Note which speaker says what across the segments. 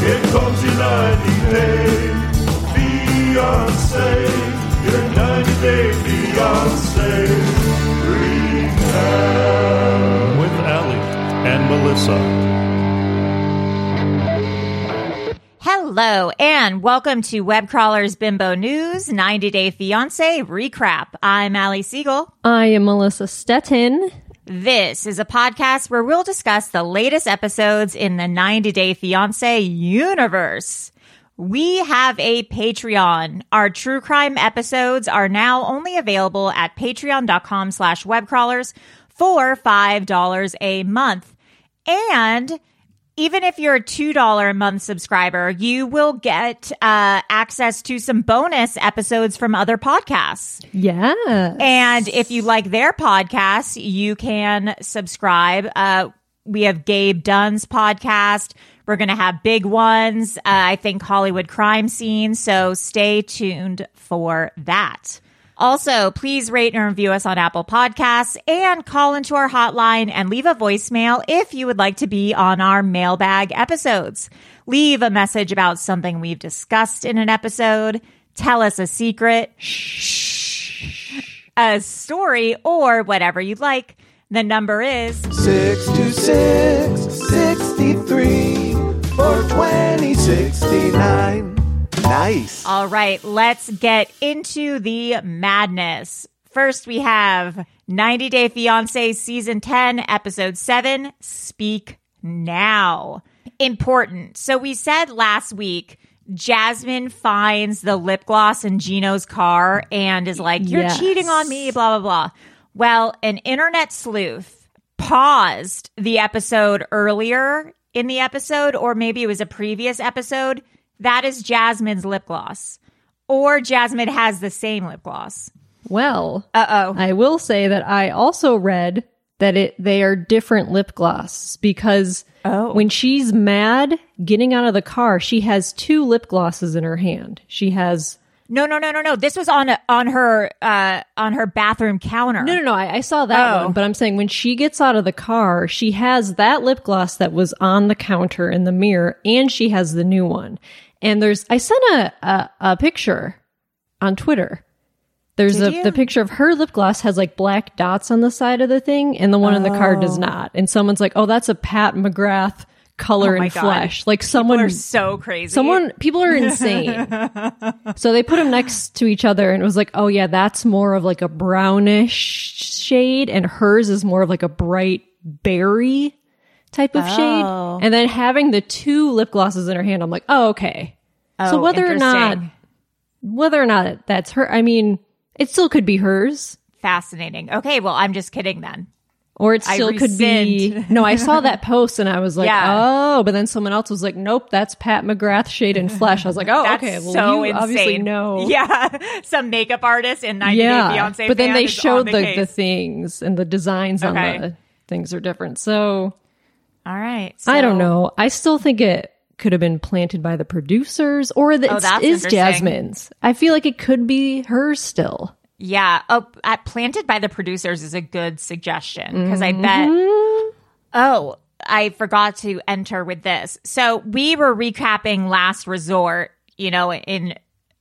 Speaker 1: Here comes your 90 day fiance. Your 90 day fiance. Recap. With Allie and Melissa.
Speaker 2: Hello and welcome to Web Crawlers Bimbo News 90 Day Fiance Recrap. I'm Ali Siegel.
Speaker 3: I am Melissa Stettin.
Speaker 2: This is a podcast where we'll discuss the latest episodes in the 90 Day Fiance universe. We have a Patreon. Our true crime episodes are now only available at patreon.com slash webcrawlers for $5 a month. And even if you're a $2 a month subscriber, you will get uh, access to some bonus episodes from other podcasts.
Speaker 3: Yeah.
Speaker 2: And if you like their podcast, you can subscribe. Uh, we have Gabe Dunn's podcast. We're going to have big ones. Uh, I think Hollywood crime scene. So stay tuned for that. Also, please rate and review us on Apple Podcasts and call into our hotline and leave a voicemail if you would like to be on our mailbag episodes. Leave a message about something we've discussed in an episode. Tell us a secret. a story or whatever you'd like. The number is
Speaker 1: 626 63 or 2069. Nice.
Speaker 2: all right, let's get into the madness. First, we have 90 Day Fiancé Season 10, Episode 7 Speak Now. Important. So, we said last week Jasmine finds the lip gloss in Gino's car and is like, You're
Speaker 3: Yes.
Speaker 2: cheating on me, blah, blah, blah. Well, an internet sleuth paused the episode earlier in the episode, or maybe it was a previous episode. That is Jasmine's lip gloss. Or Jasmine has the same lip gloss.
Speaker 3: Well,
Speaker 2: Uh oh.
Speaker 3: I will say that I also read that it they are different lip glosses because
Speaker 2: Oh.
Speaker 3: when she's mad getting out of the car, she has two lip glosses in her hand. She has
Speaker 2: No, no, no, no, no. This was on a, on her uh on her bathroom counter.
Speaker 3: no, no, no. I, I saw that
Speaker 2: Oh.
Speaker 3: one, but I'm saying when she gets out of the car, she has that lip gloss that was on the counter in the mirror, and she has the new one. And there's, I sent a a, a picture on Twitter. There's
Speaker 2: Did
Speaker 3: a
Speaker 2: you?
Speaker 3: the picture of her lip gloss has like black dots on the side of the thing, and the one in the car
Speaker 2: Oh.
Speaker 3: does not. And someone's like, "Oh, that's a Pat McGrath color
Speaker 2: Oh my
Speaker 3: and
Speaker 2: God.
Speaker 3: flesh." Like someone
Speaker 2: People are so crazy.
Speaker 3: Someone, people are insane. so they put them next to each other, and it was like, oh yeah, that's more of like a brownish shade, and hers is more of like a bright berry type of
Speaker 2: Oh.
Speaker 3: shade. And then having the two lip glosses in her hand, I'm like, oh okay. so
Speaker 2: Oh,
Speaker 3: whether or not,
Speaker 2: interesting.
Speaker 3: whether or not that's her, I mean, it still could be hers.
Speaker 2: fascinating. Okay, well, I'm just kidding then.
Speaker 3: Or it
Speaker 2: I
Speaker 3: still could be.
Speaker 2: rescind.
Speaker 3: No, I saw that post and I was like,
Speaker 2: Yeah.
Speaker 3: oh, but then someone else was like, nope, that's Pat McGrath shade and flesh. I was like, oh,
Speaker 2: That's
Speaker 3: okay. Well,
Speaker 2: so
Speaker 3: you
Speaker 2: insane.
Speaker 3: obviously know.
Speaker 2: Yeah, some makeup artist in 90 Day
Speaker 3: Yeah.
Speaker 2: Fiance.
Speaker 3: But then
Speaker 2: fan
Speaker 3: they
Speaker 2: is on
Speaker 3: showed
Speaker 2: the,
Speaker 3: the, the
Speaker 2: case. Uh.
Speaker 3: things and the designs
Speaker 2: Okay.
Speaker 3: on the things are different. So
Speaker 2: All right,
Speaker 3: I don't
Speaker 2: so-
Speaker 3: know. I still think it could have been planted by the producers or that
Speaker 2: that's
Speaker 3: it is
Speaker 2: interesting.
Speaker 3: Jasmine's. I feel like it could be hers still.
Speaker 2: Yeah, oh, at planted by the producers is a good suggestion because I bet. Oh, I forgot to enter with this. So we were recapping Last Resort, you know, in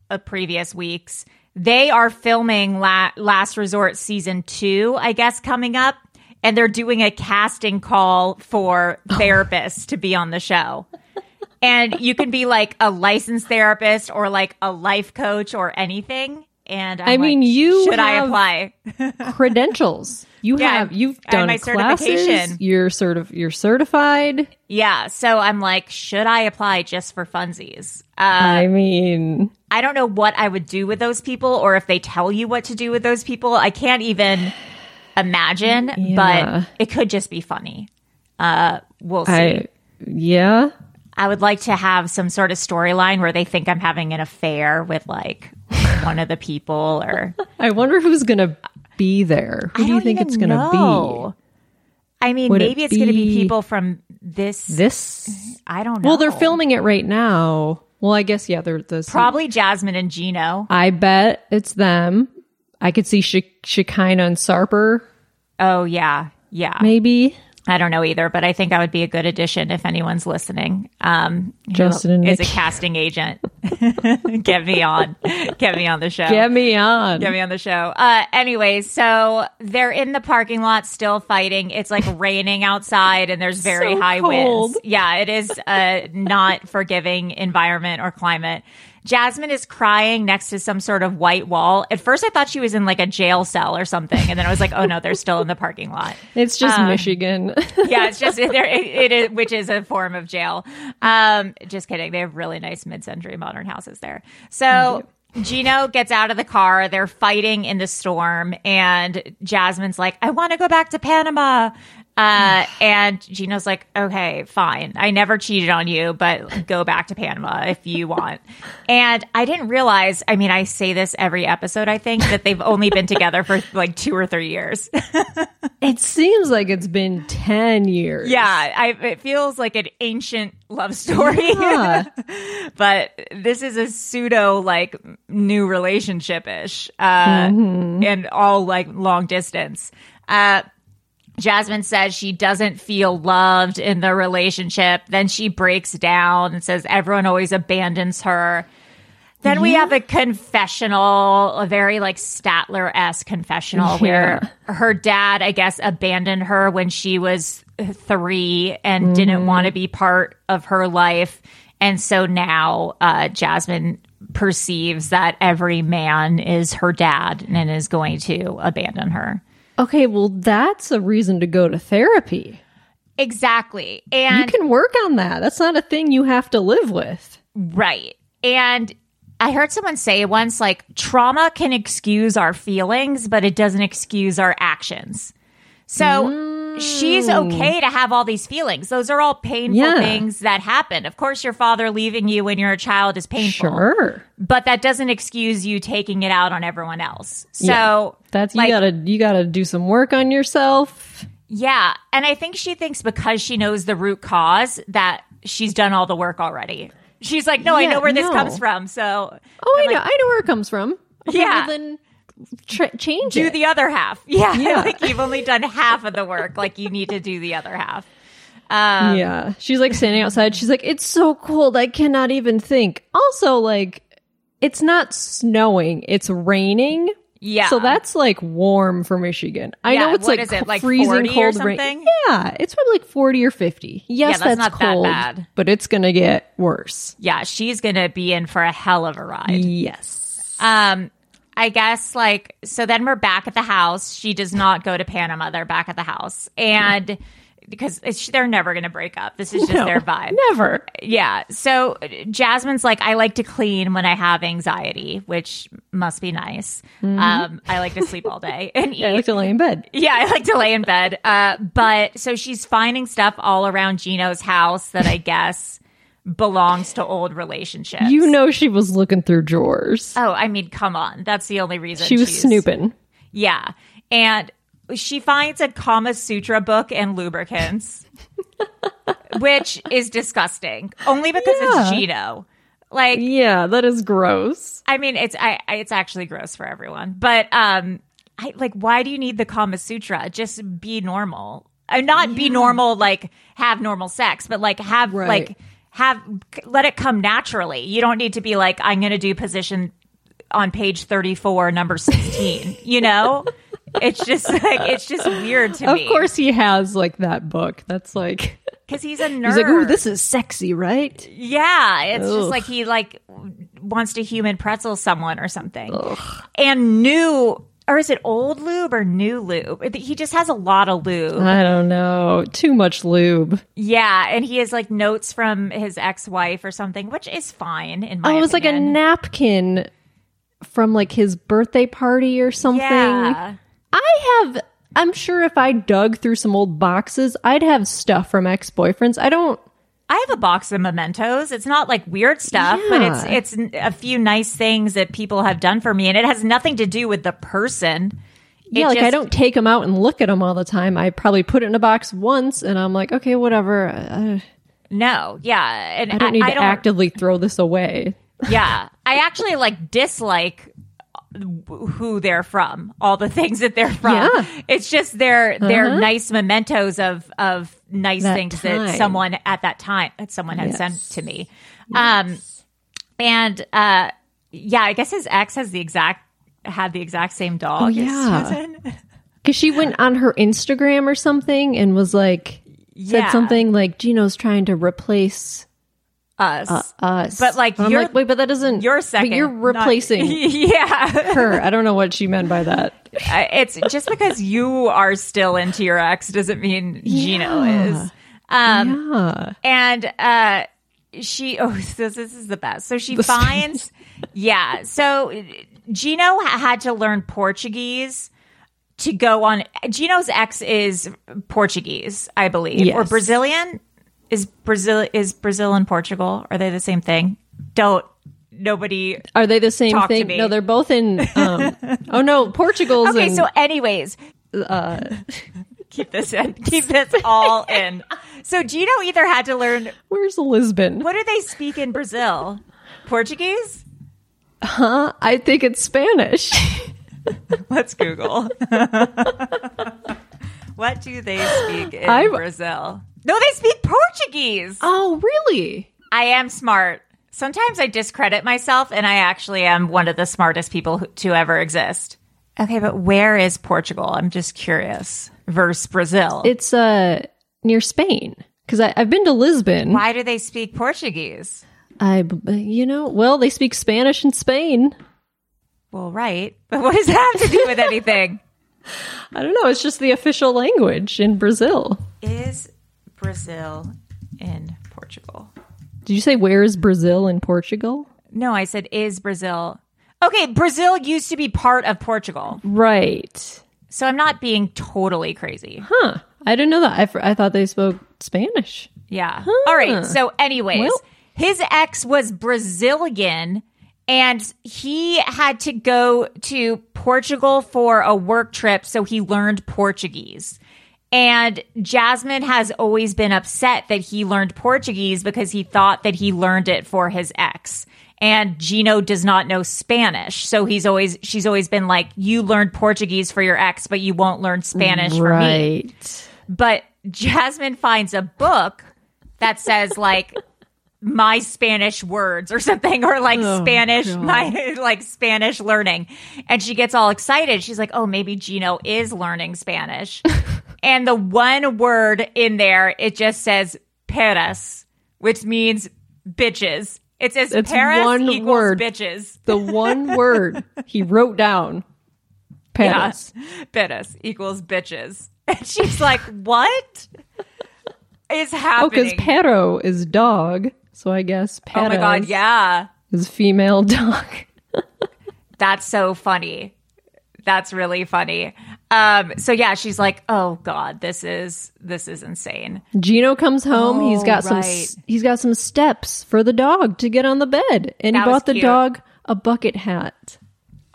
Speaker 2: uh, previous weeks. They are filming La- Last Resort season two, I guess, coming up, and they're doing a casting call for
Speaker 3: Oh.
Speaker 2: therapists to be on the show. And you can be like a licensed therapist or like a life coach or anything. And I'm
Speaker 3: I mean,
Speaker 2: like,
Speaker 3: you
Speaker 2: should I
Speaker 3: have-
Speaker 2: apply?
Speaker 3: credentials. You
Speaker 2: Yeah,
Speaker 3: have you've
Speaker 2: I have
Speaker 3: done
Speaker 2: my
Speaker 3: classes.
Speaker 2: certification.
Speaker 3: You're sort of you're certified.
Speaker 2: Yeah. So I'm like, should I apply just for funsies? Uh,
Speaker 3: I mean,
Speaker 2: I don't know what I would do with those people or if they tell you what to do with those people. I can't even imagine,
Speaker 3: Yeah.
Speaker 2: but it could just be funny. Uh, we'll see.
Speaker 3: I
Speaker 2: I,
Speaker 3: yeah.
Speaker 2: would like to have some sort of storyline where they think I'm having an affair with like one of the people or
Speaker 3: I wonder who's gonna be there. Who
Speaker 2: I
Speaker 3: do you
Speaker 2: don't
Speaker 3: think it's
Speaker 2: even
Speaker 3: gonna
Speaker 2: know. I mean,
Speaker 3: Would it
Speaker 2: maybe it's going to be
Speaker 3: be-
Speaker 2: people from this.
Speaker 3: be? This.
Speaker 2: I don't know.
Speaker 3: Well, they're filming it right now. Well, I guess yeah. They're the
Speaker 2: probably Jasmine and Gino.
Speaker 3: I bet it's them. I could see Sha- Shekinah and Sarper
Speaker 2: Oh yeah, yeah.
Speaker 3: maybe.
Speaker 2: I don't know either, but I think I would be a good addition if anyone's listening. Um, who
Speaker 3: Justin and
Speaker 2: is
Speaker 3: Nikki.
Speaker 2: a casting agent. Get me on. Get me on the show.
Speaker 3: Get me on.
Speaker 2: Get me on the show. Uh, anyways, so they're in the parking lot still fighting. It's like raining outside and there's very
Speaker 3: So
Speaker 2: high
Speaker 3: cold.
Speaker 2: winds. Yeah, it is a not forgiving environment or climate. Jasmine is crying next to some sort of white wall. At first, I thought she was in like a jail cell or something. And then I was like, oh no, they're still in the parking lot
Speaker 3: It's just Michigan.
Speaker 2: yeah, it's just there. It, it is, which is a form of jail. Um, just kidding. They have really nice mid-century modern houses there. So Gino gets out of the car. They're fighting in the storm, and Jasmine's like, "I want to go back to Panama." Uh, and Gino's like, okay, fine. I never cheated on you, but go back to Panama if you want. And I didn't realize, I mean, I say this every episode, I think, that they've only been together for like two or three years.
Speaker 3: it seems like it's been ten years.
Speaker 2: Yeah, I, it feels like an ancient love story,
Speaker 3: Yeah.
Speaker 2: but this is a pseudo like new relationship ish, uh, and all like long distance. Uh, Jasmine says she doesn't feel loved in the relationship. Then she breaks down and says everyone always abandons her. Then we have a confessional, a very like Statler esque confessional where her dad, I guess, abandoned her when she was three and didn't want to be part of her life. And so now uh, Jasmine perceives that every man is her dad and is going to abandon her.
Speaker 3: Okay, well, that's a reason to go to therapy.
Speaker 2: Exactly. And
Speaker 3: you can work on that. That's not a thing you have to live with.
Speaker 2: Right. And I heard someone say once like trauma can excuse our feelings, but it doesn't excuse our actions. So she's okay to have all these feelings. Those are all painful
Speaker 3: Mm. Yeah.
Speaker 2: things that happen. Of course, your father leaving you when you're a child is painful,
Speaker 3: Sure.
Speaker 2: but that doesn't excuse you taking it out on everyone else. So
Speaker 3: That's
Speaker 2: Like-
Speaker 3: you gotta you gotta do some work on yourself.
Speaker 2: Yeah. And I think she thinks because she knows the root cause that she's done all the work already. She's like, no, I
Speaker 3: Yeah,
Speaker 2: know where this
Speaker 3: no.
Speaker 2: comes from. So
Speaker 3: Oh, I know. I know where it comes from. Okay,
Speaker 2: Yeah.
Speaker 3: Well, then tra- change
Speaker 2: do
Speaker 3: it.
Speaker 2: the other half. Yeah.
Speaker 3: Yeah.
Speaker 2: like you've only done half of the work. Like you need to do the other half.
Speaker 3: yeah. She's like standing outside. She's like, "It's so cold. I cannot even think." Also, like, it's not snowing. It's raining.
Speaker 2: Yeah.
Speaker 3: So that's like warm for Michigan. I
Speaker 2: Yeah,
Speaker 3: know it's
Speaker 2: what
Speaker 3: like,
Speaker 2: is it, like
Speaker 3: freezing
Speaker 2: 40 or
Speaker 3: cold
Speaker 2: something?
Speaker 3: rain. Yeah, it's probably like 40 or 50. Yes,
Speaker 2: Yeah, that's not that
Speaker 3: cold,
Speaker 2: bad.
Speaker 3: but it's going to get worse.
Speaker 2: Yeah. She's going to be in for a hell of a ride.
Speaker 3: Yes.
Speaker 2: Um, I guess like so then we're back at the house. She does not go to Panama. They're back at the house. And because it's, they're never going to break up. This is just
Speaker 3: No,
Speaker 2: their vibe.
Speaker 3: Never.
Speaker 2: Yeah. So uh, Jasmine's like, I like to clean when I have anxiety, which must be nice. Um, I like to sleep all day and eat.
Speaker 3: Mm-hmm. I like to lay in bed.
Speaker 2: Yeah, I like to lay in bed. Uh, but so she's finding stuff all around Gino's house that I guess belongs to old relationships.
Speaker 3: You know she was looking through drawers.
Speaker 2: Oh, I mean, come on. That's the only reason
Speaker 3: she was
Speaker 2: she's-
Speaker 3: snooping.
Speaker 2: Yeah, and she finds a Kama Sutra book and lubricants, which is disgusting. Only because it's Gino. Like,
Speaker 3: Yeah, that is gross.
Speaker 2: I mean, it's I, I it's actually gross for everyone. But um, I like why do you need the Kama Sutra? Just be normal. Uh, not be normal, like have normal sex, but like have
Speaker 3: Right.
Speaker 2: like have c- let it come naturally. You don't need to be like I'm going to do position on page 34, number 16. you know, it's just like it's just weird to
Speaker 3: Of
Speaker 2: me.
Speaker 3: course he has like that book. That's like
Speaker 2: because he's a nerd.
Speaker 3: he's like, ooh, this is sexy, right?
Speaker 2: Yeah, it's just
Speaker 3: Ugh.
Speaker 2: like he like wants to human pretzel someone or something. And new or is it old lube or new lube? He just has a lot of lube.
Speaker 3: I don't know. Too much lube.
Speaker 2: Yeah, and he has like notes from his ex-wife or something, which is fine in my
Speaker 3: oh, it was like a
Speaker 2: opinion.
Speaker 3: napkin from like his birthday party or something.
Speaker 2: Yeah.
Speaker 3: I have I'm sure if I dug through some old boxes, I'd have stuff from ex-boyfriends. I don't
Speaker 2: I have a box of mementos. It's not like weird stuff, but
Speaker 3: Yeah.
Speaker 2: it's it's a few nice things that people have done for me and it has nothing to do with the person. It
Speaker 3: yeah, like I
Speaker 2: just-
Speaker 3: don't take them out and look at them all the time. I probably put it in a box once, and I'm like, okay, whatever. I,
Speaker 2: No, yeah, and
Speaker 3: I don't need
Speaker 2: I
Speaker 3: to actively throw this away.
Speaker 2: Yeah. I actually like dislike who they're from, all the things that they're from.
Speaker 3: Yeah. Uh-huh.
Speaker 2: It's just their their nice mementos of of nice
Speaker 3: That
Speaker 2: things
Speaker 3: time.
Speaker 2: that someone at that time that someone had
Speaker 3: Yes.
Speaker 2: sent to me. Um and uh yeah, I guess his ex has the exact had the exact same dog
Speaker 3: Oh,
Speaker 2: as
Speaker 3: yeah.
Speaker 2: Susan.
Speaker 3: Because she went on her Instagram or something and was like,
Speaker 2: Yeah.
Speaker 3: said something like, Gino's trying to replace
Speaker 2: Us.
Speaker 3: Uh, us.
Speaker 2: But, like,
Speaker 3: And I'm
Speaker 2: you're-
Speaker 3: like, wait, but that doesn't.
Speaker 2: you're
Speaker 3: but
Speaker 2: second.
Speaker 3: you're
Speaker 2: not-
Speaker 3: replacing
Speaker 2: yeah.
Speaker 3: her. I don't know what she meant by that.
Speaker 2: I- it's just because you are still into your ex doesn't mean Gino is. Um, And uh, she, oh, this, this is the best. So she finds, yeah. So Gino ha- had to learn Portuguese to go on. Gino's ex is Portuguese, I believe, or
Speaker 3: Yes.
Speaker 2: Brazilian. Is Brazil is Brazil and Portugal? Are they the same thing? Don't nobody
Speaker 3: Are they the same
Speaker 2: Talk to
Speaker 3: thing?
Speaker 2: me.
Speaker 3: No, they're both in. Um, oh no, Portugal's
Speaker 2: Okay,
Speaker 3: in- Uh,
Speaker 2: so anyways, keep this in. Keep this all in. So Gino either had to learn
Speaker 3: where's Lisbon?
Speaker 2: what do they speak in Brazil? Portuguese?
Speaker 3: I think it's Spanish.
Speaker 2: Let's Google. what do they speak in
Speaker 3: I'm-
Speaker 2: Brazil? No, they speak Portuguese.
Speaker 3: oh, really?
Speaker 2: I am smart. Sometimes I discredit myself and I actually am one of the smartest people who, to ever exist. Okay, but where is Portugal? I'm just curious. Versus Brazil.
Speaker 3: It's uh near Spain because I've been to Lisbon.
Speaker 2: Why do they speak Portuguese?
Speaker 3: I, b- b- you know, well, they speak Spanish in Spain.
Speaker 2: Well, right. But what does that have to do with anything?
Speaker 3: I don't know. It's just the official language in Brazil.
Speaker 2: Is Brazil in Portugal?
Speaker 3: Did you say where is Brazil in Portugal?
Speaker 2: No, I said is Brazil. Okay, Brazil used to be part of Portugal.
Speaker 3: Right.
Speaker 2: So I'm not being totally crazy.
Speaker 3: Huh. I didn't know that. I, fr- I thought they spoke Spanish.
Speaker 2: Yeah. All right. So, anyways,
Speaker 3: Well-
Speaker 2: his ex was Brazilian and he had to go to Portugal for a work trip. So, he learned Portuguese. And Jasmine has always been upset that he learned Portuguese because he thought that he learned it for his ex. And Gino does not know Spanish. So he's always, she's always been like, you learned Portuguese for your ex, but you won't learn Spanish for me
Speaker 3: Right.
Speaker 2: but Jasmine finds a book that says like my Spanish words or something or like
Speaker 3: Oh,
Speaker 2: Spanish my like Spanish learning and she gets all excited she's like oh maybe Gino is learning Spanish and the one word in there it just says peras which means bitches it says
Speaker 3: It's
Speaker 2: peras
Speaker 3: one
Speaker 2: equals
Speaker 3: word.
Speaker 2: bitches
Speaker 3: The one word he wrote down. Paris.
Speaker 2: Peras equals bitches and she's like what is
Speaker 3: Oh, because
Speaker 2: happening.
Speaker 3: Pero is dog. So I guess Pero
Speaker 2: oh my god, yeah.
Speaker 3: is female dog.
Speaker 2: That's so funny. That's really funny. Um, so yeah, she's like, "Oh God, this is this is insane."
Speaker 3: Gino comes home. he's
Speaker 2: Oh,
Speaker 3: got some
Speaker 2: right.
Speaker 3: some he's got some steps for the dog to get on the bed, and
Speaker 2: That
Speaker 3: he
Speaker 2: was
Speaker 3: bought the
Speaker 2: cute.
Speaker 3: dog a bucket hat.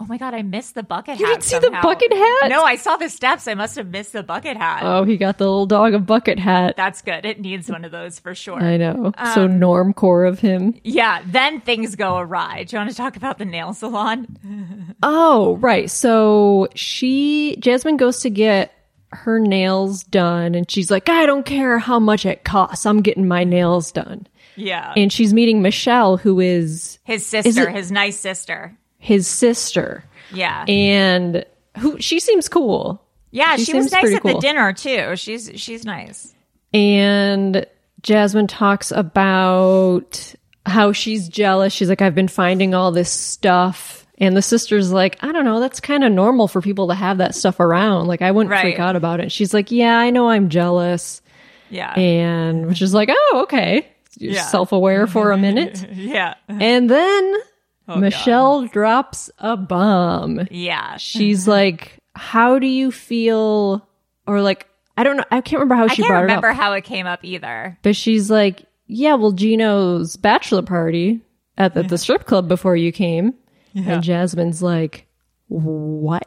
Speaker 2: Oh my God, I missed the bucket hat.
Speaker 3: You didn't see the
Speaker 2: somehow.
Speaker 3: bucket hat?
Speaker 2: No, I saw the steps. I must have missed the bucket hat.
Speaker 3: Oh, he got the little dog a bucket hat.
Speaker 2: That's good. It needs one of those for sure. Um,
Speaker 3: I know. so normcore of him.
Speaker 2: Yeah, then things go awry. Do you want to talk about the nail salon?
Speaker 3: Oh, right. So she Jasmine goes to get her nails done and she's like, "I don't care how much it costs. I'm getting my nails done."
Speaker 2: Yeah.
Speaker 3: And she's meeting Michelle who is
Speaker 2: His sister,
Speaker 3: it-
Speaker 2: his nice sister.
Speaker 3: his sister.
Speaker 2: Yeah.
Speaker 3: And who she seems cool.
Speaker 2: yeah,
Speaker 3: she
Speaker 2: she, was
Speaker 3: seems
Speaker 2: nice
Speaker 3: pretty
Speaker 2: at
Speaker 3: cool.
Speaker 2: the dinner too. She's she's nice.
Speaker 3: and Jasmine talks about how she's jealous. She's like, I've been finding all this stuff. And the sister's like, I don't know, that's kind of normal for people to have that stuff around. Like, I wouldn't freak
Speaker 2: Right.
Speaker 3: out about it. And she's like, Yeah, I know I'm jealous.
Speaker 2: Yeah.
Speaker 3: And which is like, Oh, okay. You're
Speaker 2: Yeah.
Speaker 3: self aware for a minute.
Speaker 2: yeah. Oh,
Speaker 3: and then Michelle drops a bomb
Speaker 2: Yeah.
Speaker 3: she's like, "How do you feel?" Or like, I don't know. I can't remember how
Speaker 2: I
Speaker 3: she
Speaker 2: can't
Speaker 3: brought
Speaker 2: remember
Speaker 3: it up.
Speaker 2: how it came up either.
Speaker 3: But she's like, "Yeah, well, Gino's bachelor party at the, the strip club before you came," and Jasmine's like, "What?"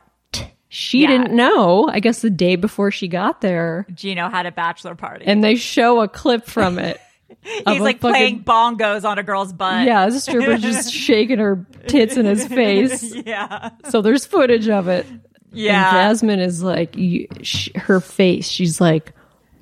Speaker 3: She
Speaker 2: Yeah.
Speaker 3: didn't know. I guess the day before she got there,
Speaker 2: Gino had a bachelor party.
Speaker 3: and they show a clip from it.
Speaker 2: He's like
Speaker 3: fucking-
Speaker 2: playing bongos on a girl's butt.
Speaker 3: Yeah, the stripper just shaking her tits in his face.
Speaker 2: Yeah.
Speaker 3: So there's footage of it.
Speaker 2: Yeah.
Speaker 3: And Jasmine is like, you, sh her face, she's like,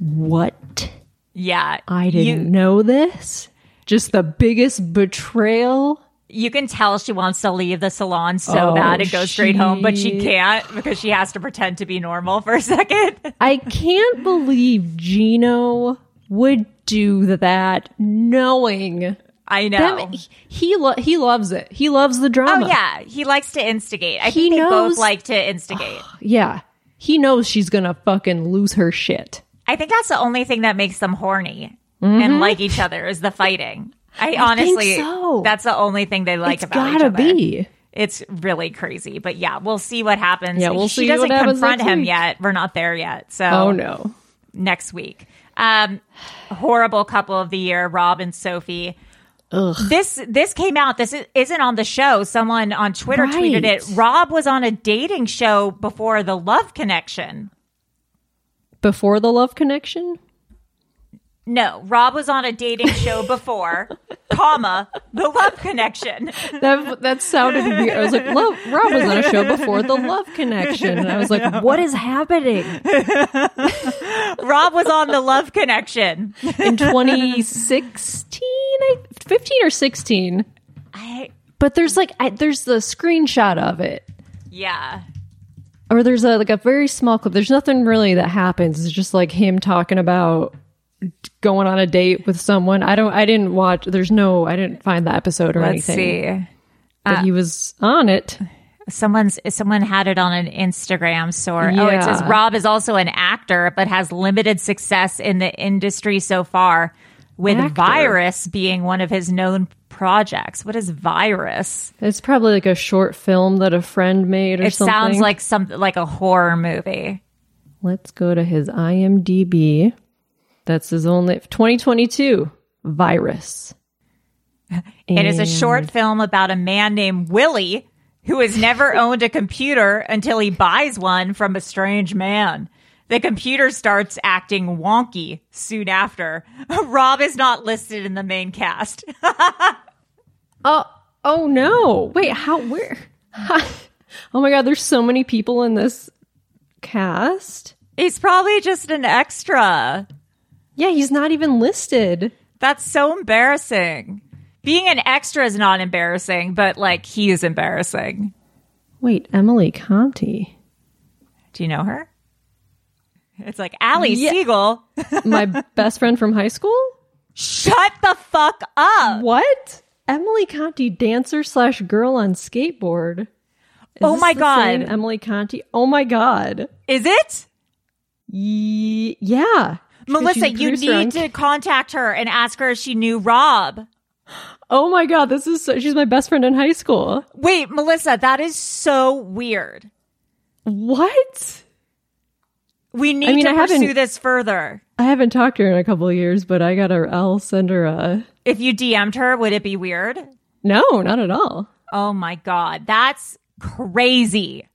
Speaker 3: what?
Speaker 2: Yeah.
Speaker 3: I
Speaker 2: You-
Speaker 3: didn't know this. Just the biggest betrayal.
Speaker 2: you can tell she wants to leave the salon so
Speaker 3: Oh,
Speaker 2: bad and go straight home, but she
Speaker 3: she-
Speaker 2: can't because she has to pretend to be normal for a second.
Speaker 3: I can't believe Gino would do that knowing
Speaker 2: I know.
Speaker 3: them. He, he, lo- he loves it. He loves the drama.
Speaker 2: oh yeah, he likes to instigate. I
Speaker 3: He
Speaker 2: think they both
Speaker 3: knows-
Speaker 2: like to instigate.
Speaker 3: Yeah. He knows she's going to fucking lose her shit.
Speaker 2: I think that's the only thing that makes them horny and like each other is the fighting. I, honestly,
Speaker 3: Mm-hmm. so.
Speaker 2: that's the only thing they like
Speaker 3: it's
Speaker 2: about
Speaker 3: gotta
Speaker 2: each other.
Speaker 3: be.
Speaker 2: It's really crazy, but yeah, we'll see what happens.
Speaker 3: Yeah, we'll
Speaker 2: she
Speaker 3: see what
Speaker 2: doesn't
Speaker 3: happens
Speaker 2: confront
Speaker 3: next
Speaker 2: him
Speaker 3: week.
Speaker 2: yet. We're not there yet. So
Speaker 3: Oh no.
Speaker 2: next week. Um, horrible couple of the year, Rob and Sophie. This this came out. This is, isn't on the show. Someone on Twitter
Speaker 3: Right.
Speaker 2: tweeted it. Rob was on a dating show before the Love Connection.
Speaker 3: Before the love connection?
Speaker 2: No, Rob was on a dating show before, comma the Love Connection.
Speaker 3: That that sounded weird. I was like, love, Rob was on a show before the Love Connection, and I was like, what is happening
Speaker 2: Rob was on the Love Connection.
Speaker 3: in 2016, I- 15 or 16?
Speaker 2: I
Speaker 3: But there's like, I, there's the screenshot of it,
Speaker 2: yeah
Speaker 3: or there's a like a very small clip. There's nothing really that happens. It's just like him talking about going on a date with someone. I don't, I didn't watch. There's no, I didn't find the episode or
Speaker 2: let's
Speaker 3: anything.
Speaker 2: see Uh,
Speaker 3: But he was on it.
Speaker 2: someone's someone had it on an Instagram story. Oh, it
Speaker 3: Yeah.
Speaker 2: says Rob is also an actor, but has limited success in the industry so far. With
Speaker 3: Actor.
Speaker 2: Virus being one of his known projects. What is Virus?
Speaker 3: It's probably like a short film that a friend made or
Speaker 2: It
Speaker 3: something.
Speaker 2: sounds like some like a horror movie.
Speaker 3: Let's go to his IMDb. That's his only 2022 virus.
Speaker 2: It is a short film about a man named Willie who has never owned a computer until he buys one from a strange man. The computer starts acting wonky soon after. Rob is not listed in the main cast.
Speaker 3: Oh, oh no! Wait, how? Where? oh my God! There's so many people in this cast.
Speaker 2: He's probably just an extra.
Speaker 3: Yeah, he's not even listed.
Speaker 2: That's so embarrassing. Being an extra is not embarrassing, but like he is embarrassing.
Speaker 3: Wait, Emily Conti.
Speaker 2: Do you know her? It's like Allie
Speaker 3: Yeah.
Speaker 2: Siegel.
Speaker 3: My best friend from high school.
Speaker 2: Shut the fuck up.
Speaker 3: What? Emily Conti, dancer slash girl on skateboard. Is
Speaker 2: Oh
Speaker 3: this
Speaker 2: my
Speaker 3: the same
Speaker 2: God.
Speaker 3: Emily Conti. Oh my god.
Speaker 2: Is it?
Speaker 3: Ye- yeah.
Speaker 1: Melissa,
Speaker 2: the
Speaker 1: you
Speaker 2: producer on-
Speaker 1: need to contact her and ask her if she knew Rob.
Speaker 2: Oh my god, this is so, she's my best friend in high school.
Speaker 1: Wait, Melissa, that is so weird.
Speaker 2: What?
Speaker 1: We need
Speaker 2: mean,
Speaker 1: to
Speaker 2: I haven't-
Speaker 1: pursue this further.
Speaker 2: I haven't talked to her in a couple of years, but I gotta. I'll send her a.
Speaker 1: If you DM'd her, would it be weird?
Speaker 2: No, not at all.
Speaker 1: Oh my God. That's crazy.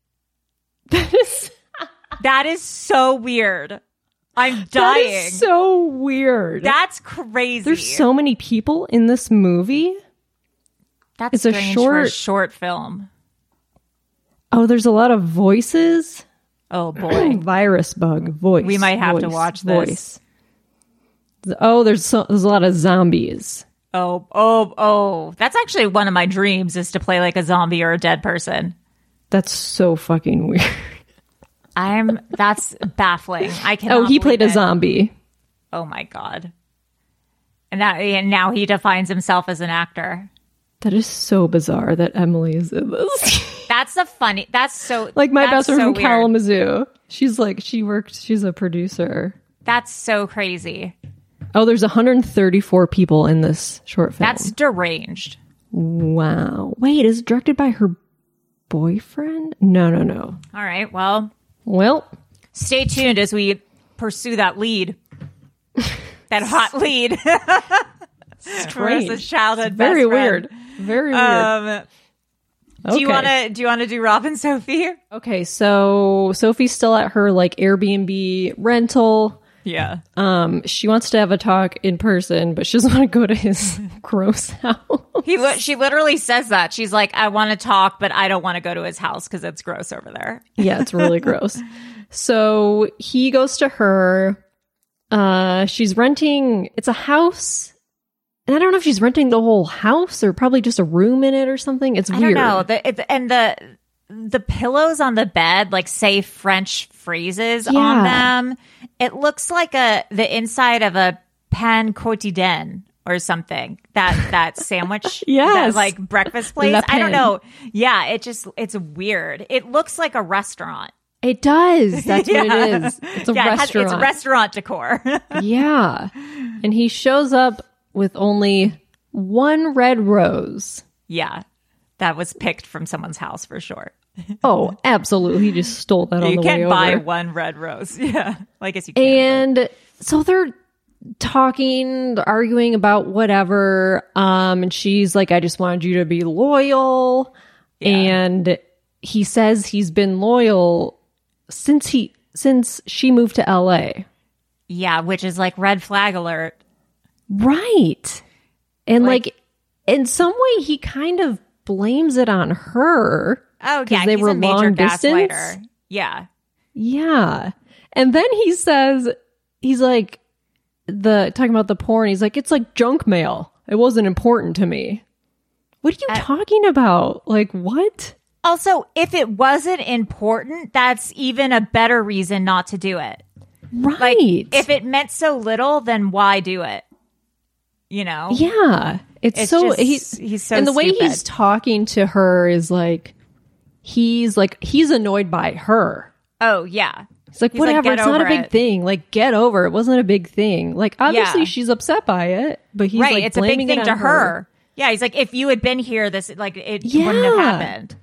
Speaker 2: That is
Speaker 1: That is so weird. I'm
Speaker 2: that
Speaker 1: dying.
Speaker 2: is so weird.
Speaker 1: That's crazy.
Speaker 2: There's so many people in this movie.
Speaker 1: That's
Speaker 2: it's a
Speaker 1: strange for a
Speaker 2: short-
Speaker 1: short film.
Speaker 2: Oh, there's a lot of voices.
Speaker 1: Oh boy.
Speaker 2: Virus bug voice.
Speaker 1: We might have to
Speaker 2: voice,
Speaker 1: watch this.
Speaker 2: voice. Oh, there's so, there's a lot of zombies.
Speaker 1: Oh, oh, oh. That's actually one of my dreams is to play like a zombie or a dead person.
Speaker 2: That's so fucking weird.
Speaker 1: I'm that's baffling. I can
Speaker 2: Oh, he played a
Speaker 1: it.
Speaker 2: zombie.
Speaker 1: Oh my god. And that and now he defines himself as an actor.
Speaker 2: That is so bizarre that Emily is in this.
Speaker 1: That's a funny that's so
Speaker 2: like my
Speaker 1: that's
Speaker 2: best friend
Speaker 1: so
Speaker 2: from
Speaker 1: weird.
Speaker 2: Kalamazoo. She's like she worked. She's a producer.
Speaker 1: That's so crazy.
Speaker 2: Oh, there's 134 people in this short film.
Speaker 1: That's deranged.
Speaker 2: wow. Wait, is it directed by her boyfriend? No, no, no.
Speaker 1: All right. Well,
Speaker 2: Well,
Speaker 1: stay tuned as we pursue that lead. That hot lead. Marissa's
Speaker 2: strange.
Speaker 1: childhood best
Speaker 2: Very
Speaker 1: friend.
Speaker 2: weird. Very weird.
Speaker 1: Um, Do you
Speaker 2: Okay.
Speaker 1: want to do you want to do Robin Sophie?
Speaker 2: Okay, so Sophie's still at her like Airbnb rental.
Speaker 1: Yeah.
Speaker 2: Um, she wants to have a talk in person, but she doesn't want to go to his gross house.
Speaker 1: He li- she literally says that. She's like, I want to talk, but I don't want to go to his house because it's gross over there.
Speaker 2: yeah, it's really gross. So he goes to her. Uh, she's renting. It's a house, and I don't know if she's renting the whole house or probably just a room in it or something. It's
Speaker 1: I don't
Speaker 2: weird.
Speaker 1: know. The, it, and the the pillows on the bed like say French phrases on
Speaker 2: Yeah.
Speaker 1: them. It looks like a the inside of a pan quotidien or something. That that sandwich,
Speaker 2: Yes.
Speaker 1: that, like breakfast place.
Speaker 2: La
Speaker 1: I don't
Speaker 2: Pen.
Speaker 1: know. Yeah, it just it's weird. It looks like a restaurant.
Speaker 2: It does. That's what it is. It's a
Speaker 1: yeah, it has-
Speaker 2: restaurant.
Speaker 1: it's restaurant decor.
Speaker 2: yeah. And he shows up with only one red rose.
Speaker 1: yeah, that was picked from someone's house for sure.
Speaker 2: Oh, absolutely. He just stole that on
Speaker 1: you
Speaker 2: the way
Speaker 1: can't
Speaker 2: over.
Speaker 1: buy one red rose. Yeah, I guess you can.
Speaker 2: And so they're talking, they're arguing about whatever. Um, and she's like, I just wanted you to be loyal. And he says he's been loyal since he since she moved to LA.
Speaker 1: yeah, which is like red flag alert.
Speaker 2: Right. And like, in some way he kind of blames it on her.
Speaker 1: Oh
Speaker 2: 'cause
Speaker 1: yeah,
Speaker 2: they
Speaker 1: he's
Speaker 2: were
Speaker 1: a major
Speaker 2: long
Speaker 1: gaslighter.
Speaker 2: distance.
Speaker 1: Yeah,
Speaker 2: Yeah. And then he says, he's like, the talking about the porn, he's like, it's like junk mail. It wasn't important to me. What are you talking about? Like, what?
Speaker 1: Uh, Also, if it wasn't important, that's even a better reason not to do it.
Speaker 2: Right.
Speaker 1: Like, if it meant so little, then why do it? You know?
Speaker 2: yeah. It's,
Speaker 1: It's
Speaker 2: so,
Speaker 1: just-
Speaker 2: he's,
Speaker 1: he's so
Speaker 2: and the way
Speaker 1: stupid.
Speaker 2: he's talking to her is like, he's like, he's annoyed by her.
Speaker 1: Oh, yeah.
Speaker 2: It's like,
Speaker 1: He's like,
Speaker 2: whatever.
Speaker 1: "Get
Speaker 2: it's not a
Speaker 1: over
Speaker 2: big
Speaker 1: it."
Speaker 2: thing. Like, get over it. Wasn't a big thing. Like, obviously
Speaker 1: Yeah.
Speaker 2: she's upset by it, but he's
Speaker 1: right.
Speaker 2: like,
Speaker 1: it's a big
Speaker 2: blaming it
Speaker 1: thing to
Speaker 2: on
Speaker 1: her. Yeah. He's like, if you had been here, this, like, it wouldn't have
Speaker 2: Yeah.
Speaker 1: happened.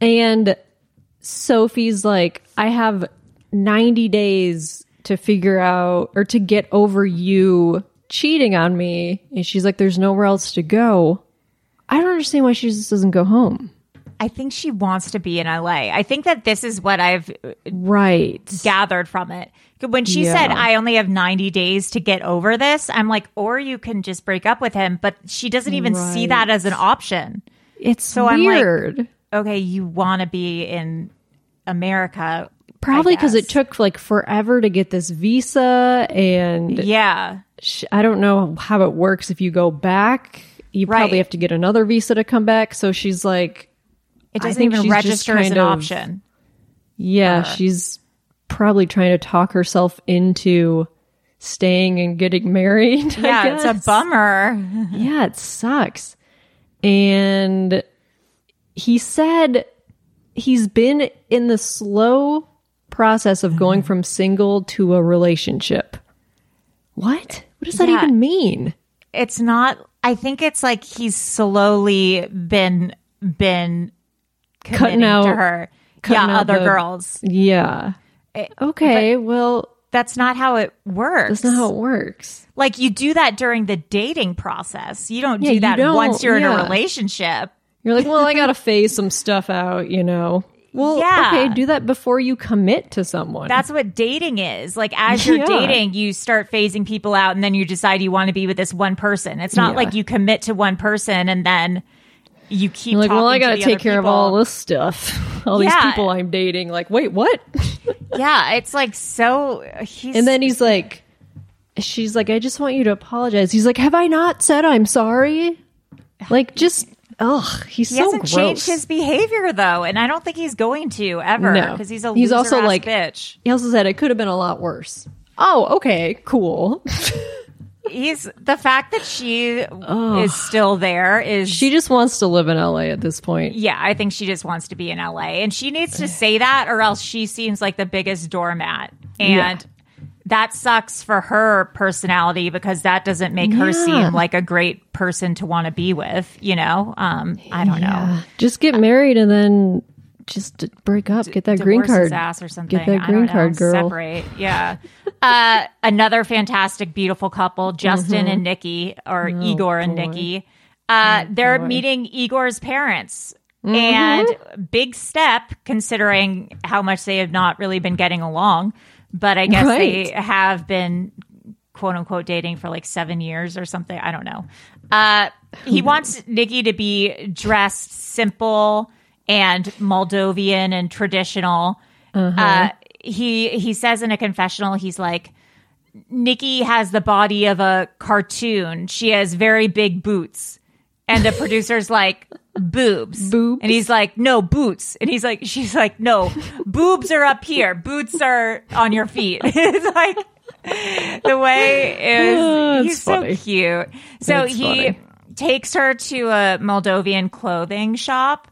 Speaker 2: And Sophie's like, I have 90 days to figure out or to get over you cheating on me. And she's like, there's nowhere else to go. I don't understand why she just doesn't go home.
Speaker 1: I think she wants to be in LA. I think that this is what I've uh,
Speaker 2: Right.
Speaker 1: gathered from it. When she
Speaker 2: Yeah.
Speaker 1: said, I only have 90 days to get over this, I'm like, or you can just break up with him. But she doesn't even see that as an option.
Speaker 2: It's so
Speaker 1: I'm like-
Speaker 2: weird.
Speaker 1: okay, you want to be in America.
Speaker 2: Probably because it
Speaker 1: guess.
Speaker 2: took like forever to get this visa. And
Speaker 1: Yeah.
Speaker 2: sh- I don't know how it works if you go back. You
Speaker 1: Right.
Speaker 2: probably have to get another visa to come back. So she's like,
Speaker 1: It
Speaker 2: I
Speaker 1: doesn't
Speaker 2: think
Speaker 1: even
Speaker 2: she's just
Speaker 1: register as
Speaker 2: kind
Speaker 1: an
Speaker 2: of-
Speaker 1: option.
Speaker 2: Yeah, she's probably trying to talk herself into staying and getting married. I
Speaker 1: Yeah, it's
Speaker 2: guess.
Speaker 1: a bummer.
Speaker 2: Yeah, it sucks. And he said he's been in Mm. the slow process of going from single to a relationship.
Speaker 3: What? What does that
Speaker 2: Yeah.
Speaker 3: even mean?
Speaker 2: It's not. I think it's like he's slowly been been
Speaker 3: Cutting
Speaker 2: committing
Speaker 3: out-
Speaker 2: to her.
Speaker 3: cutting
Speaker 2: yeah,
Speaker 3: out
Speaker 2: other
Speaker 3: the-
Speaker 2: girls. Eh,
Speaker 3: Yeah. okay. Well,
Speaker 2: That's not how it works.
Speaker 3: that's not how it works.
Speaker 2: like you do that during the dating process. You don't
Speaker 3: Yeah,
Speaker 2: do
Speaker 3: you
Speaker 2: that
Speaker 3: don't-
Speaker 2: once you're in
Speaker 3: yeah.
Speaker 2: a relationship.
Speaker 3: You're like, well, I gotta phase some stuff out, you know. Well,
Speaker 2: Yeah.
Speaker 3: okay, do that before you commit to someone.
Speaker 2: That's what dating is. Like as you're
Speaker 3: Yeah.
Speaker 2: dating, you start phasing people out and then you decide you want to be with this one person. It's not
Speaker 3: Yeah.
Speaker 2: like you commit to one person and then you keep
Speaker 3: You're like, well, I
Speaker 2: talking to
Speaker 3: gotta
Speaker 2: the
Speaker 3: take
Speaker 2: other
Speaker 3: care of
Speaker 2: people.
Speaker 3: all this stuff, all these
Speaker 2: Yeah.
Speaker 3: people I'm dating. Like, wait, what?
Speaker 2: Yeah, it's like so he's
Speaker 3: And then he's like, she's like, I just want you to apologize. He's like, have I not said I'm sorry? Like, just, ugh, he's
Speaker 2: he
Speaker 3: so
Speaker 2: hasn't
Speaker 3: gross.
Speaker 2: changed his behavior though, and I don't think he's going to ever
Speaker 3: No.
Speaker 2: because he's a
Speaker 3: He's
Speaker 2: loser
Speaker 3: also
Speaker 2: ass
Speaker 3: like-
Speaker 2: bitch.
Speaker 3: he also said it could have been a lot worse. Oh, okay, cool.
Speaker 2: He's the fact that she is still there is
Speaker 3: she just wants to live in LA at this point.
Speaker 2: Yeah, I think she just wants to be in LA and she needs to say that or else she seems like the biggest doormat. And that sucks for her personality because that doesn't make her
Speaker 3: Yeah.
Speaker 2: seem like a great person to want to be with, you know? Um, I don't know.
Speaker 3: Just get married and then just d- break up. Get that green
Speaker 2: Divorce his
Speaker 3: card.
Speaker 2: ass or something.
Speaker 3: Get that
Speaker 2: I
Speaker 3: green
Speaker 2: don't know.
Speaker 3: card, girl.
Speaker 2: Separate. Yeah. uh, another fantastic, beautiful couple, Justin and Nikki, or Igor and Nikki. Uh, they're meeting Igor's parents. And big step considering how much they have not really been getting along. But I guess they
Speaker 3: Right.
Speaker 2: have been quote unquote dating for like seven years or something. I don't know. Uh, he wants Nikki to be dressed simple and Moldovan and traditional. Uh, he he says in a confessional, he's like, Nikki has the body of a cartoon. She has very big boots. And the producer's like, boobs.
Speaker 3: Boobs?
Speaker 2: And he's like, no, boots. And he's like, she's like, no, boobs are up here. Boots are on your feet. it's like, the way is,
Speaker 3: Oh, That's
Speaker 2: he's
Speaker 3: funny.
Speaker 2: so cute. So
Speaker 3: That's
Speaker 2: he
Speaker 3: funny.
Speaker 2: takes her to a Moldovan clothing shop.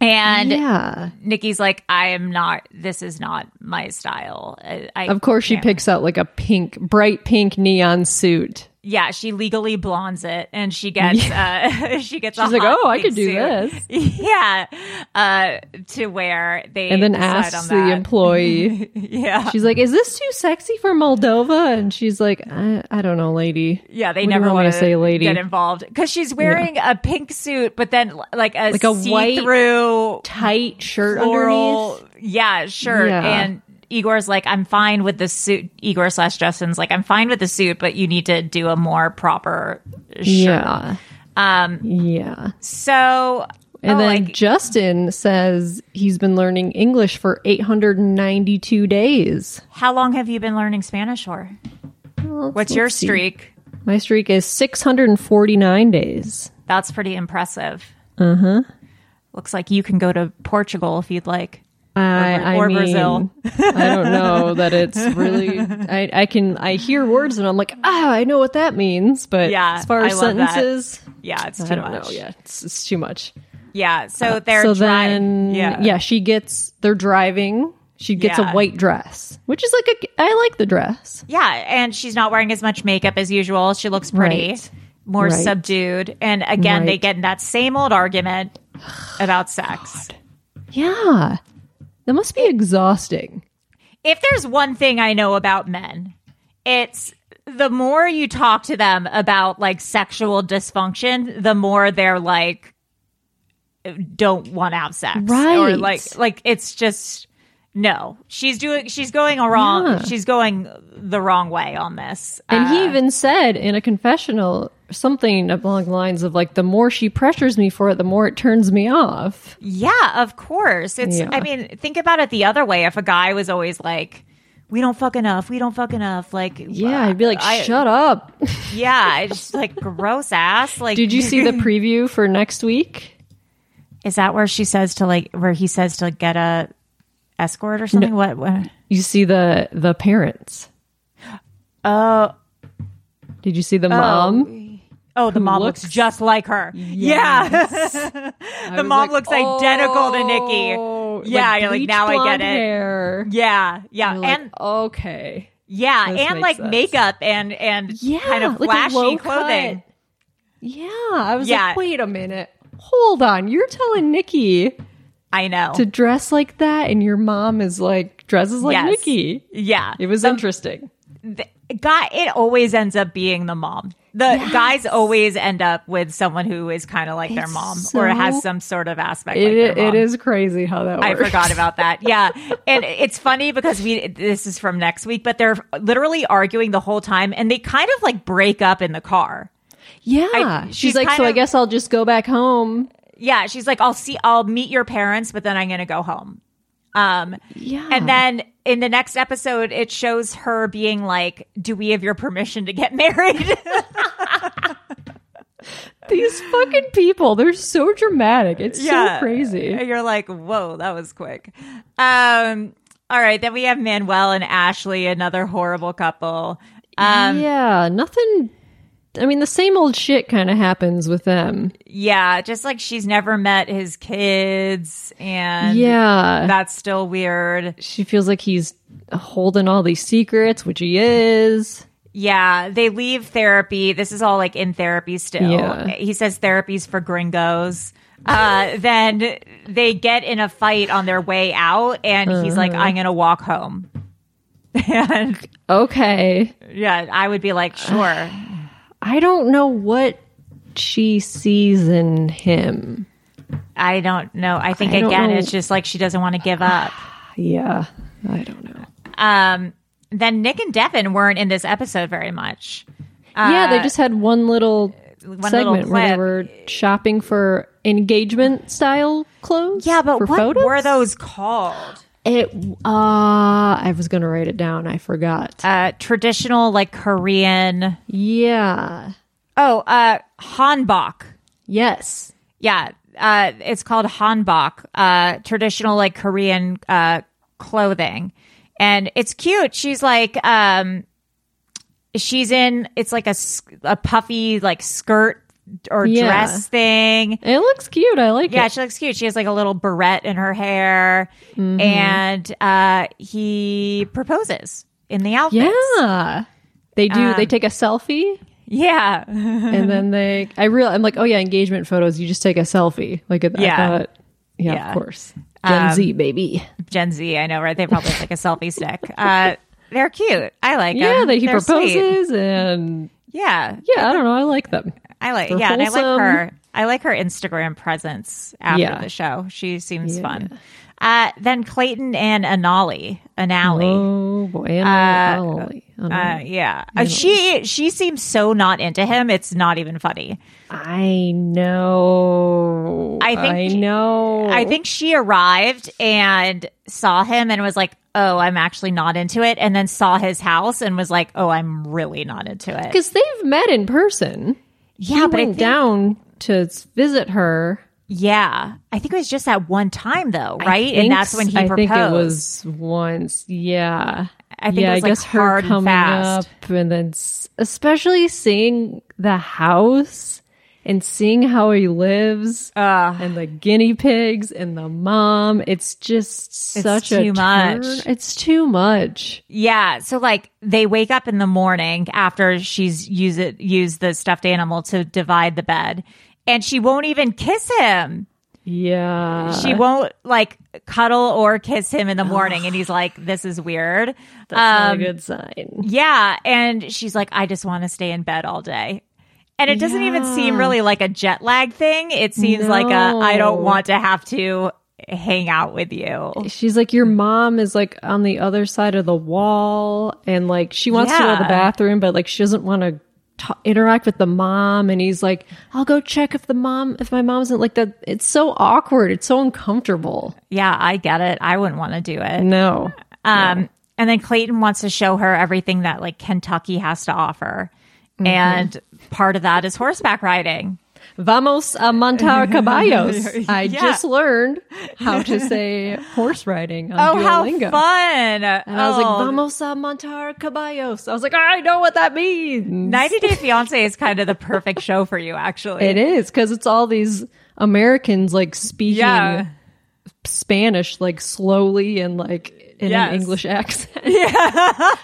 Speaker 2: And
Speaker 3: yeah.
Speaker 2: Nikki's like, I am not, this is not my style. I, I
Speaker 3: Of course, she picks out like a pink, bright pink neon suit.
Speaker 2: yeah, she legally blondes it, and she gets uh, she gets.
Speaker 3: She's
Speaker 2: a
Speaker 3: like,
Speaker 2: hot
Speaker 3: "Oh, I could
Speaker 2: pink
Speaker 3: do
Speaker 2: suit." Yeah, uh, to where they
Speaker 3: And then
Speaker 2: decide
Speaker 3: asks
Speaker 2: on
Speaker 3: the
Speaker 2: that.
Speaker 3: employee.
Speaker 2: yeah,
Speaker 3: She's like, "Is this too sexy for Moldova?" And she's like, "I, I don't know, lady."
Speaker 2: yeah.
Speaker 3: What do
Speaker 2: They
Speaker 3: you
Speaker 2: never
Speaker 3: want me
Speaker 2: want
Speaker 3: to say, lady.
Speaker 2: get involved because she's wearing a pink suit, but then like a
Speaker 3: Like a white
Speaker 2: see-through
Speaker 3: Tight shirt
Speaker 2: floral,
Speaker 3: underneath.
Speaker 2: yeah, shirt
Speaker 3: Yeah.
Speaker 2: and. Igor's like, I'm fine with the suit. Igor slash Justin's like, I'm fine with the suit, but you need to do a more proper shirt.
Speaker 3: Yeah. Um. Yeah.
Speaker 2: So,
Speaker 3: And
Speaker 2: oh,
Speaker 3: then
Speaker 2: like,
Speaker 3: Justin says he's been learning English for 892 days.
Speaker 2: How long have you been learning Spanish for? What's your
Speaker 3: let's see.
Speaker 2: streak?
Speaker 3: My streak is 649 days.
Speaker 2: That's pretty impressive. Uh huh.
Speaker 3: Uh-huh.
Speaker 2: Looks like you can go to Portugal if you'd like.
Speaker 3: I, I
Speaker 2: or
Speaker 3: mean,
Speaker 2: Brazil.
Speaker 3: I don't know that it's really. I, I can I hear words and I'm like ah I know what that means, but
Speaker 2: Yeah,
Speaker 3: as far
Speaker 2: I
Speaker 3: as
Speaker 2: love that.
Speaker 3: sentences,
Speaker 2: Yeah, it's too
Speaker 3: I don't
Speaker 2: much.
Speaker 3: know. Yeah, it's, it's too much. Uh,
Speaker 2: Yeah, So they're
Speaker 3: so
Speaker 2: dry.
Speaker 3: then yeah.
Speaker 2: yeah.
Speaker 3: she gets they're driving. She gets
Speaker 2: Yeah.
Speaker 3: a white dress, which is like a I like the dress.
Speaker 2: Yeah, and she's not wearing as much makeup as usual. She looks pretty,
Speaker 3: Right.
Speaker 2: more
Speaker 3: Right.
Speaker 2: subdued. And again, they
Speaker 3: Right.
Speaker 2: get in that same old argument about sex.
Speaker 3: Yeah, that must be exhausting.
Speaker 2: if there's one thing I know about men, it's the more you talk to them about like sexual dysfunction, the more they're like don't want to have sex. Or
Speaker 3: Right.
Speaker 2: like like it's just no. She's doing she's going a wrong
Speaker 3: Yeah.
Speaker 2: she's going the wrong way on this. Uh,
Speaker 3: And he even said in a confessional something along the lines of like, the more she pressures me for it, the more it turns me off.
Speaker 2: Yeah, of course. It's
Speaker 3: Yeah.
Speaker 2: I mean, think about it the other way. If a guy was always like, We don't fuck enough, we don't fuck enough, like
Speaker 3: Yeah, I'd be like,
Speaker 2: I-
Speaker 3: shut up.
Speaker 2: Yeah, it's just like gross ass. Like
Speaker 3: Did you see the preview for next week?
Speaker 2: Is that where she says to like where he says to get a escort or something? What, what?
Speaker 3: You see the the parents.
Speaker 2: Oh,
Speaker 3: Did you see the mom?
Speaker 2: oh, the mom looks,
Speaker 3: looks-
Speaker 2: just like her. Yeah, the mom looks identical
Speaker 3: oh,
Speaker 2: to Nikki. Yeah, you're like now I get it. Yeah, yeah, and
Speaker 3: okay.
Speaker 2: Yeah,
Speaker 3: This
Speaker 2: and
Speaker 3: makes
Speaker 2: like
Speaker 3: sense.
Speaker 2: makeup and and
Speaker 3: Yeah,
Speaker 2: kind of
Speaker 3: like a
Speaker 2: flashy
Speaker 3: low
Speaker 2: clothing.
Speaker 3: cut. Yeah, I was
Speaker 2: Yeah.
Speaker 3: like, wait a minute, hold on. You're telling Nikki
Speaker 2: I know.
Speaker 3: to dress like that, and your mom is like dresses like
Speaker 2: Yes.
Speaker 3: Nikki.
Speaker 2: yeah,
Speaker 3: It was interesting.
Speaker 2: The guy. It always ends up being the mom. The guys always end up with someone who is kind of like their
Speaker 3: It's
Speaker 2: mom or has
Speaker 3: so-
Speaker 2: some sort of aspect. like
Speaker 3: It,
Speaker 2: their
Speaker 3: it
Speaker 2: mom.
Speaker 3: is crazy how that works.
Speaker 2: I forgot about that. Yeah. And it's funny because we, this is from next week, but they're literally arguing the whole time and they kind of like break up in the car.
Speaker 3: Yeah,
Speaker 2: I-
Speaker 3: she's,
Speaker 2: she's
Speaker 3: like,
Speaker 2: kind
Speaker 3: so I
Speaker 2: of-
Speaker 3: guess I'll just go back home.
Speaker 2: Yeah. She's like, I'll see, I'll meet your parents, but then I'm going to go home. Um,
Speaker 3: Yeah,
Speaker 2: and then in the next episode, it shows her being like, do we have your permission to get married?
Speaker 3: these fucking people—they're so dramatic. It's so
Speaker 2: And
Speaker 3: crazy.
Speaker 2: you're like, whoa, that was quick. Um, all right. Then we have Manuel and Ashley, another horrible couple. Um,
Speaker 3: yeah, nothing. I mean, the same old shit kind of happens with them.
Speaker 2: Yeah, just like she's never met his kids and
Speaker 3: yeah,
Speaker 2: that's still weird.
Speaker 3: she feels like he's holding all these secrets, which he is.
Speaker 2: Yeah, they leave therapy. This is all like in therapy still.
Speaker 3: Yeah.
Speaker 2: He says therapy's for gringos. Uh, then they get in a fight on their way out and he's
Speaker 3: Uh.
Speaker 2: like, I'm going to walk home. and
Speaker 3: Okay,
Speaker 2: yeah, I would be like, sure.
Speaker 3: I don't know what she sees in him.
Speaker 2: I don't know. I think
Speaker 3: I don't
Speaker 2: again,
Speaker 3: know.
Speaker 2: it's just like she doesn't want to give up.
Speaker 3: Yeah, I don't know.
Speaker 2: Um, then Nick and Devin weren't in this episode very much. Uh,
Speaker 3: yeah, they just had one little
Speaker 2: one little
Speaker 3: segment where they
Speaker 2: clip.
Speaker 3: were shopping for engagement style clothes.
Speaker 2: Yeah, but
Speaker 3: for
Speaker 2: what
Speaker 3: photos?
Speaker 2: were those called?
Speaker 3: It uh, I was gonna write it down. I forgot.
Speaker 2: Uh, traditional, like Korean.
Speaker 3: yeah.
Speaker 2: Oh, uh, hanbok.
Speaker 3: Yes.
Speaker 2: Yeah, uh, it's called hanbok. Uh, traditional, like Korean uh, clothing, and it's cute. She's like, um, she's in. It's like a s- a puffy like skirt or
Speaker 3: Yeah.
Speaker 2: dress thing.
Speaker 3: It looks cute. I like
Speaker 2: Yeah,
Speaker 3: it.
Speaker 2: she looks cute. She has like a little barrette in her hair,
Speaker 3: Mm-hmm.
Speaker 2: and uh, he proposes in the outfit.
Speaker 3: Yeah. They do. they take a selfie
Speaker 2: Um, yeah,
Speaker 3: and then they. I real. I'm like, oh yeah, engagement photos. You just take a selfie. Like, I
Speaker 2: Yeah.
Speaker 3: thought. Yeah,
Speaker 2: Yeah. Um,
Speaker 3: of course. Gen Z baby.
Speaker 2: Gen Z. I know, right? They probably have like a selfie stick. Uh, they're cute. I like.
Speaker 3: Yeah,
Speaker 2: them.
Speaker 3: that he
Speaker 2: They're sweet.
Speaker 3: proposes and
Speaker 2: Yeah,
Speaker 3: yeah, I don't know. I like them.
Speaker 2: I like.
Speaker 3: They're
Speaker 2: yeah, and I like
Speaker 3: wholesome.
Speaker 2: her. I like her Instagram presence after
Speaker 3: Yeah.
Speaker 2: the show. She seems fun. Uh, then Clayton and Anali, Anali.
Speaker 3: Oh boy, Anna Ollie. I don't know.
Speaker 2: Uh, yeah, Uh, she she seems so not into him. It's not even funny.
Speaker 3: I know.
Speaker 2: I think-
Speaker 3: I know.
Speaker 2: I think she arrived and saw him and was like, "Oh, I'm actually not into it." And then saw his house and was like, "Oh, I'm really not into it."
Speaker 3: because they've met in person.
Speaker 2: Yeah,
Speaker 3: he
Speaker 2: but I
Speaker 3: went
Speaker 2: think-
Speaker 3: down to s- visit her.
Speaker 2: Yeah, I think it was just that one time though,
Speaker 3: I
Speaker 2: right?
Speaker 3: think
Speaker 2: and that's when he
Speaker 3: s- I
Speaker 2: proposed.
Speaker 3: think it was once. Yeah,
Speaker 2: I think it
Speaker 3: yeah.
Speaker 2: was,
Speaker 3: I
Speaker 2: like,
Speaker 3: guess
Speaker 2: hard
Speaker 3: her
Speaker 2: and
Speaker 3: coming
Speaker 2: fast.
Speaker 3: up and then, s- especially seeing the house and seeing how he lives and the guinea pigs and the mom. It's just such a
Speaker 2: too much.
Speaker 3: turn. It's too much.
Speaker 2: Yeah, so like they wake up in the morning after she's use it used the stuffed animal to divide the bed, and she won't even kiss him.
Speaker 3: Yeah,
Speaker 2: she won't like cuddle or kiss him in the morning, and he's like, "This is weird."
Speaker 3: that's not
Speaker 2: Um,
Speaker 3: a good sign.
Speaker 2: Yeah. And she's like, I just want to stay in bed all day. And it doesn't even seem really like a jet lag thing. It seems like a, I don't
Speaker 3: No.
Speaker 2: want to have to hang out with you.
Speaker 3: She's like, your mom is like on the other side of the wall, and like she wants to go to
Speaker 2: Yeah.
Speaker 3: the bathroom, but like she doesn't want to t- interact with the mom. And he's like, I'll go check if the mom, if my mom's in like that. It's so awkward. It's so uncomfortable.
Speaker 2: Yeah, I get it. I wouldn't want to do it.
Speaker 3: No.
Speaker 2: Um, And then Clayton wants to show her everything that like Kentucky has to offer.
Speaker 3: Mm-hmm.
Speaker 2: And part of that is horseback riding.
Speaker 3: Vamos a montar caballos. I
Speaker 2: Yeah.
Speaker 3: just learned how to say horse riding on
Speaker 2: Oh,
Speaker 3: Duolingo.
Speaker 2: how fun. Oh.
Speaker 3: And I was like, vamos a montar caballos. I was like, I know what that means.
Speaker 2: 90 Day Fiance is kind of the perfect show for you, actually.
Speaker 3: It is because it's all these Americans like speaking
Speaker 2: Yeah.
Speaker 3: Spanish like slowly and like in
Speaker 2: Yes.
Speaker 3: an English accent.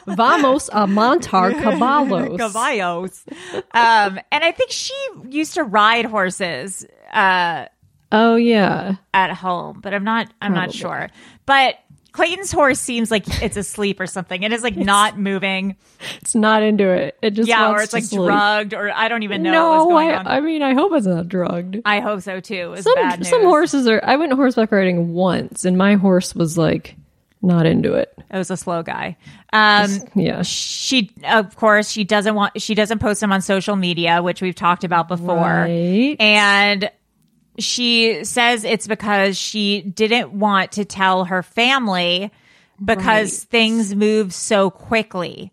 Speaker 3: Vamos a montar caballos.
Speaker 2: Caballos. um, and I think she used to ride horses uh,
Speaker 3: Oh yeah.
Speaker 2: at home, but I'm not. I'm not
Speaker 3: Probably.
Speaker 2: sure. But Clayton's horse seems like it's asleep or something. It is like not moving.
Speaker 3: It's not into it. It just
Speaker 2: Yeah, or
Speaker 3: wants
Speaker 2: it's
Speaker 3: to
Speaker 2: like
Speaker 3: sleep.
Speaker 2: drugged, or I don't even know
Speaker 3: No,
Speaker 2: what's going
Speaker 3: I,
Speaker 2: on.
Speaker 3: I mean I hope it's not drugged.
Speaker 2: I hope so too. It's
Speaker 3: some
Speaker 2: bad news.
Speaker 3: some horses are I went horseback riding once and my horse was like not into it.
Speaker 2: It was a slow guy. Um,
Speaker 3: Yeah.
Speaker 2: she, of course, she doesn't want. She doesn't post him on social media, which we've talked about before.
Speaker 3: Right.
Speaker 2: And she says it's because she didn't want to tell her family because things move so quickly.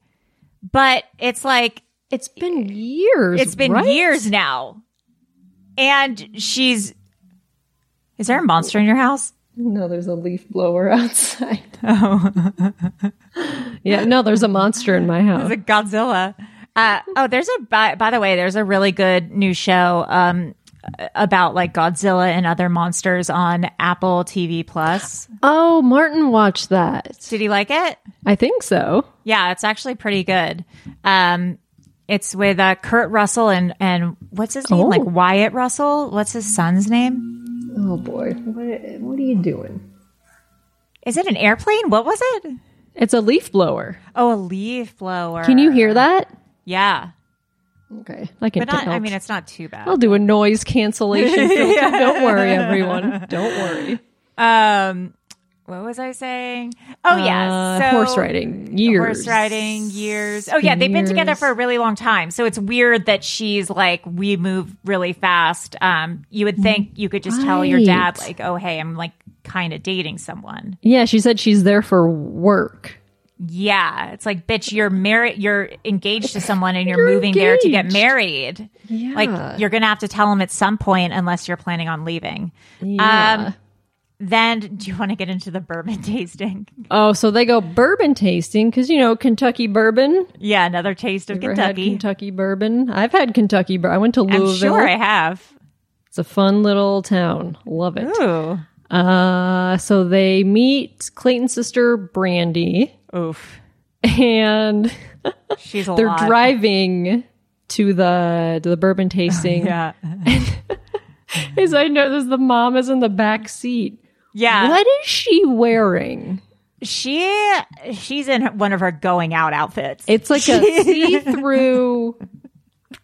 Speaker 2: But it's like
Speaker 3: It's been years.
Speaker 2: it's been
Speaker 3: right?
Speaker 2: years now, and she's. Is there a monster in your house?
Speaker 3: No, there's a leaf blower outside. Oh. yeah, no, there's a monster in my house.
Speaker 2: It's a Godzilla. Uh, oh, there's a by, by the way, there's a really good new show um, about like Godzilla and other monsters on Apple TV Plus.
Speaker 3: oh, Martin watched that.
Speaker 2: Did you like it?
Speaker 3: I think so.
Speaker 2: Yeah, it's actually pretty good. Um, it's with uh, Kurt Russell and and what's his name?
Speaker 3: Oh.
Speaker 2: Like Wyatt Russell. What's his son's name?
Speaker 3: Oh boy. What what are you doing?
Speaker 2: Is it an airplane? What was it?
Speaker 3: It's a leaf blower.
Speaker 2: Oh, a leaf blower.
Speaker 3: Can you hear that?
Speaker 2: Yeah,
Speaker 3: Okay. I can
Speaker 2: but not.
Speaker 3: tell.
Speaker 2: I mean, it's not too bad.
Speaker 3: I'll do a noise cancellation filter. Don't worry, everyone. Don't worry.
Speaker 2: Um, what was I saying? Oh yeah,
Speaker 3: Uh,
Speaker 2: so
Speaker 3: horse riding years.
Speaker 2: horse riding years. Oh yeah, they've been together
Speaker 3: Years.
Speaker 2: for a really long time. So it's weird that she's like, we move really fast. Um, you would think you could just tell your dad
Speaker 3: Mm, Right.
Speaker 2: like, oh hey, I'm like kind of dating someone.
Speaker 3: Yeah, she said she's there for work.
Speaker 2: Yeah, it's like, bitch, you're married, you're engaged to someone, and you're, moving there to get
Speaker 3: engaged.
Speaker 2: married.
Speaker 3: Yeah.
Speaker 2: Like you're gonna have to tell him at some point, unless you're planning on leaving.
Speaker 3: Yeah.
Speaker 2: Um, then do you want to get into the bourbon tasting?
Speaker 3: oh, so they go bourbon tasting because you know Kentucky bourbon.
Speaker 2: Yeah, another taste of
Speaker 3: Ever had
Speaker 2: Kentucky.
Speaker 3: Kentucky bourbon. I've had Kentucky bourbon. I went to
Speaker 2: I'm
Speaker 3: Louisville.
Speaker 2: sure I have.
Speaker 3: It's a fun little town. Love it.
Speaker 2: Ooh.
Speaker 3: Uh, so they meet Clayton's sister Brandy,
Speaker 2: Oof.
Speaker 3: and
Speaker 2: She's a
Speaker 3: they're
Speaker 2: lot.
Speaker 3: driving to the to the bourbon tasting.
Speaker 2: Yeah.
Speaker 3: As I noticed, the mom is in the back seat.
Speaker 2: Yeah.
Speaker 3: What is she wearing?
Speaker 2: She she's in one of her going out outfits.
Speaker 3: It's like a see-through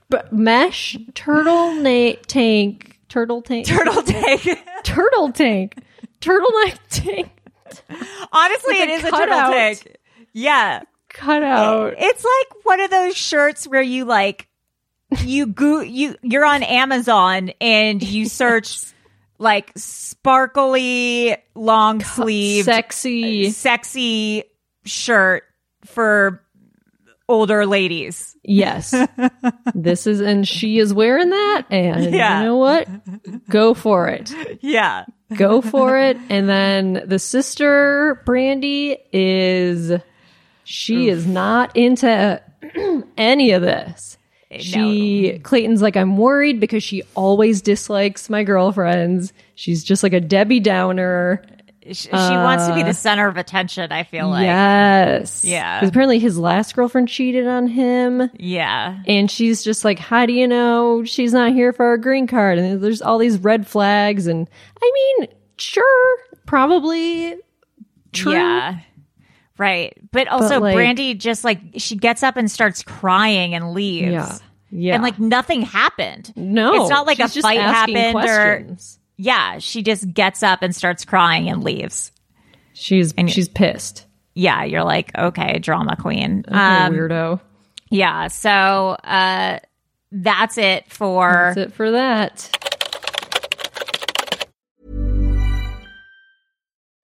Speaker 3: b- mesh turtle na- tank, turtle tank,
Speaker 2: turtle take.
Speaker 3: turtle tank, turtleneck tank
Speaker 2: Honestly,
Speaker 3: With
Speaker 2: it
Speaker 3: a
Speaker 2: is a turtle
Speaker 3: cutout.
Speaker 2: take. Yeah.
Speaker 3: cutout.
Speaker 2: It's like one of those shirts where you like you go you you're on Amazon and you search like sparkly long sleeve
Speaker 3: Sexy.
Speaker 2: sexy shirt for older ladies.
Speaker 3: Yes. this is, and she is wearing that. And
Speaker 2: Yeah.
Speaker 3: you know what? Go for it.
Speaker 2: Yeah.
Speaker 3: Go for it. And then the sister, Brandy, is, she is not into any of this. She Clayton's like I'm worried because she always dislikes my girlfriends. She's just like a Debbie Downer.
Speaker 2: Sh- She wants to be the center of attention, I feel like.
Speaker 3: Uh, yes.
Speaker 2: Yeah.
Speaker 3: 'Cause apparently his last girlfriend cheated on him.
Speaker 2: Yeah.
Speaker 3: And she's just like, how do you know she's not here for our green card? And there's all these red flags. And I mean, sure, probably true.
Speaker 2: Yeah. Right. But also
Speaker 3: like-
Speaker 2: Brandy just like she gets up and starts crying and leaves.
Speaker 3: Yeah. Yeah.
Speaker 2: And like nothing happened.
Speaker 3: no,
Speaker 2: It's not like
Speaker 3: she's
Speaker 2: a
Speaker 3: just
Speaker 2: fight
Speaker 3: asking
Speaker 2: happened or
Speaker 3: questions.
Speaker 2: Yeah, she just gets up and starts crying and leaves.
Speaker 3: she's she's pissed.
Speaker 2: Yeah, you're like, okay, drama queen.
Speaker 3: Okay,
Speaker 2: um
Speaker 3: weirdo.
Speaker 2: yeah, so uh that's it for
Speaker 3: That's it for that.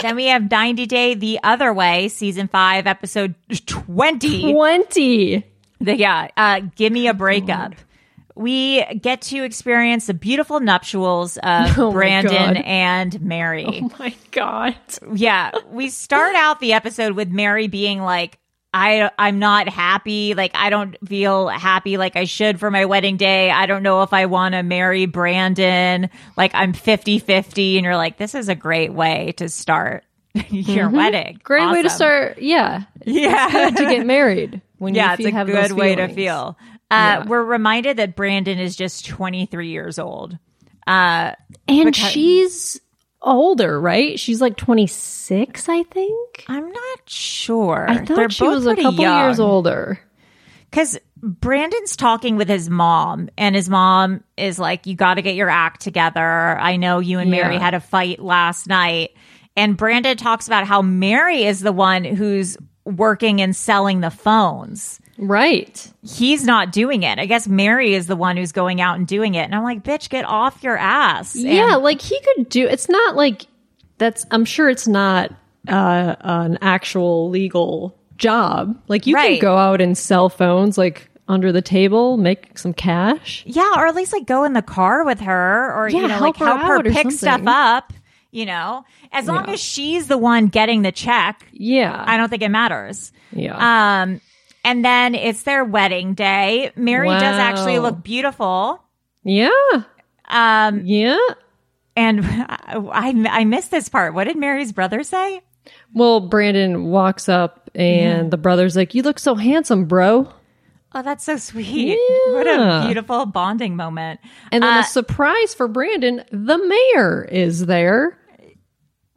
Speaker 3: Then we have 90 Day the Other Way, season five, episode 20.
Speaker 2: 20.
Speaker 3: The- yeah, uh, give me a breakup. We get to experience the beautiful nuptials of
Speaker 2: Oh my
Speaker 3: Brandon
Speaker 2: God. Oh
Speaker 3: and Mary.
Speaker 2: My God.
Speaker 3: yeah, we start out the episode with Mary being like, I I'm not happy. Like I don't feel happy like I should for my wedding day. I don't know if I want to marry Brandon. Like I'm 50-50 and you're like this is a great way to start your wedding.
Speaker 2: Mm-hmm. Great way to
Speaker 3: Awesome.
Speaker 2: start. Yeah.
Speaker 3: Yeah.
Speaker 2: Good to get married when
Speaker 3: yeah,
Speaker 2: you
Speaker 3: it's
Speaker 2: fe-
Speaker 3: a
Speaker 2: have those
Speaker 3: good way to
Speaker 2: feelings.
Speaker 3: feel. Uh, We're reminded that Brandon is just 23 years old. Uh,
Speaker 2: And she's older, right? She's like 26, I think.
Speaker 3: I'm not sure.
Speaker 2: I thought
Speaker 3: They're
Speaker 2: she
Speaker 3: both
Speaker 2: was a
Speaker 3: pretty
Speaker 2: couple
Speaker 3: young.
Speaker 2: years older.
Speaker 3: Because Brandon's talking with his mom, and his mom is like, You got to get your act together. I know you and Mary
Speaker 2: Yeah.
Speaker 3: had a fight last night. And Brandon talks about how Mary is the one who's working and selling the phones.
Speaker 2: Right.
Speaker 3: He's not doing it. I guess Mary is the one who's going out and doing it. And I'm like, Bitch, get off your ass. And-
Speaker 2: yeah, like he could do it's not like that's I'm sure it's not uh an actual legal job. Like you
Speaker 3: Right.
Speaker 2: can go out and sell phones like under the table, make some cash.
Speaker 3: Yeah, or at least like go in the car with her or you
Speaker 2: Yeah,
Speaker 3: know, like
Speaker 2: help her
Speaker 3: help her,
Speaker 2: out or
Speaker 3: pick stuff
Speaker 2: something.
Speaker 3: up, you know. As long as she's the one getting the check,
Speaker 2: Yeah.
Speaker 3: I don't think it matters.
Speaker 2: yeah.
Speaker 3: Um and then it's their wedding day. Mary does actually
Speaker 2: Wow.
Speaker 3: look beautiful.
Speaker 2: yeah.
Speaker 3: Um
Speaker 2: Yeah.
Speaker 3: and I I missed this part. What did Mary's brother say?
Speaker 2: Well, Brandon walks up and the brother's like, You look so handsome, bro.
Speaker 3: Oh, that's so sweet. What a
Speaker 2: Yeah.
Speaker 3: beautiful bonding moment.
Speaker 2: And then
Speaker 3: Uh,
Speaker 2: a surprise for Brandon, the mayor is there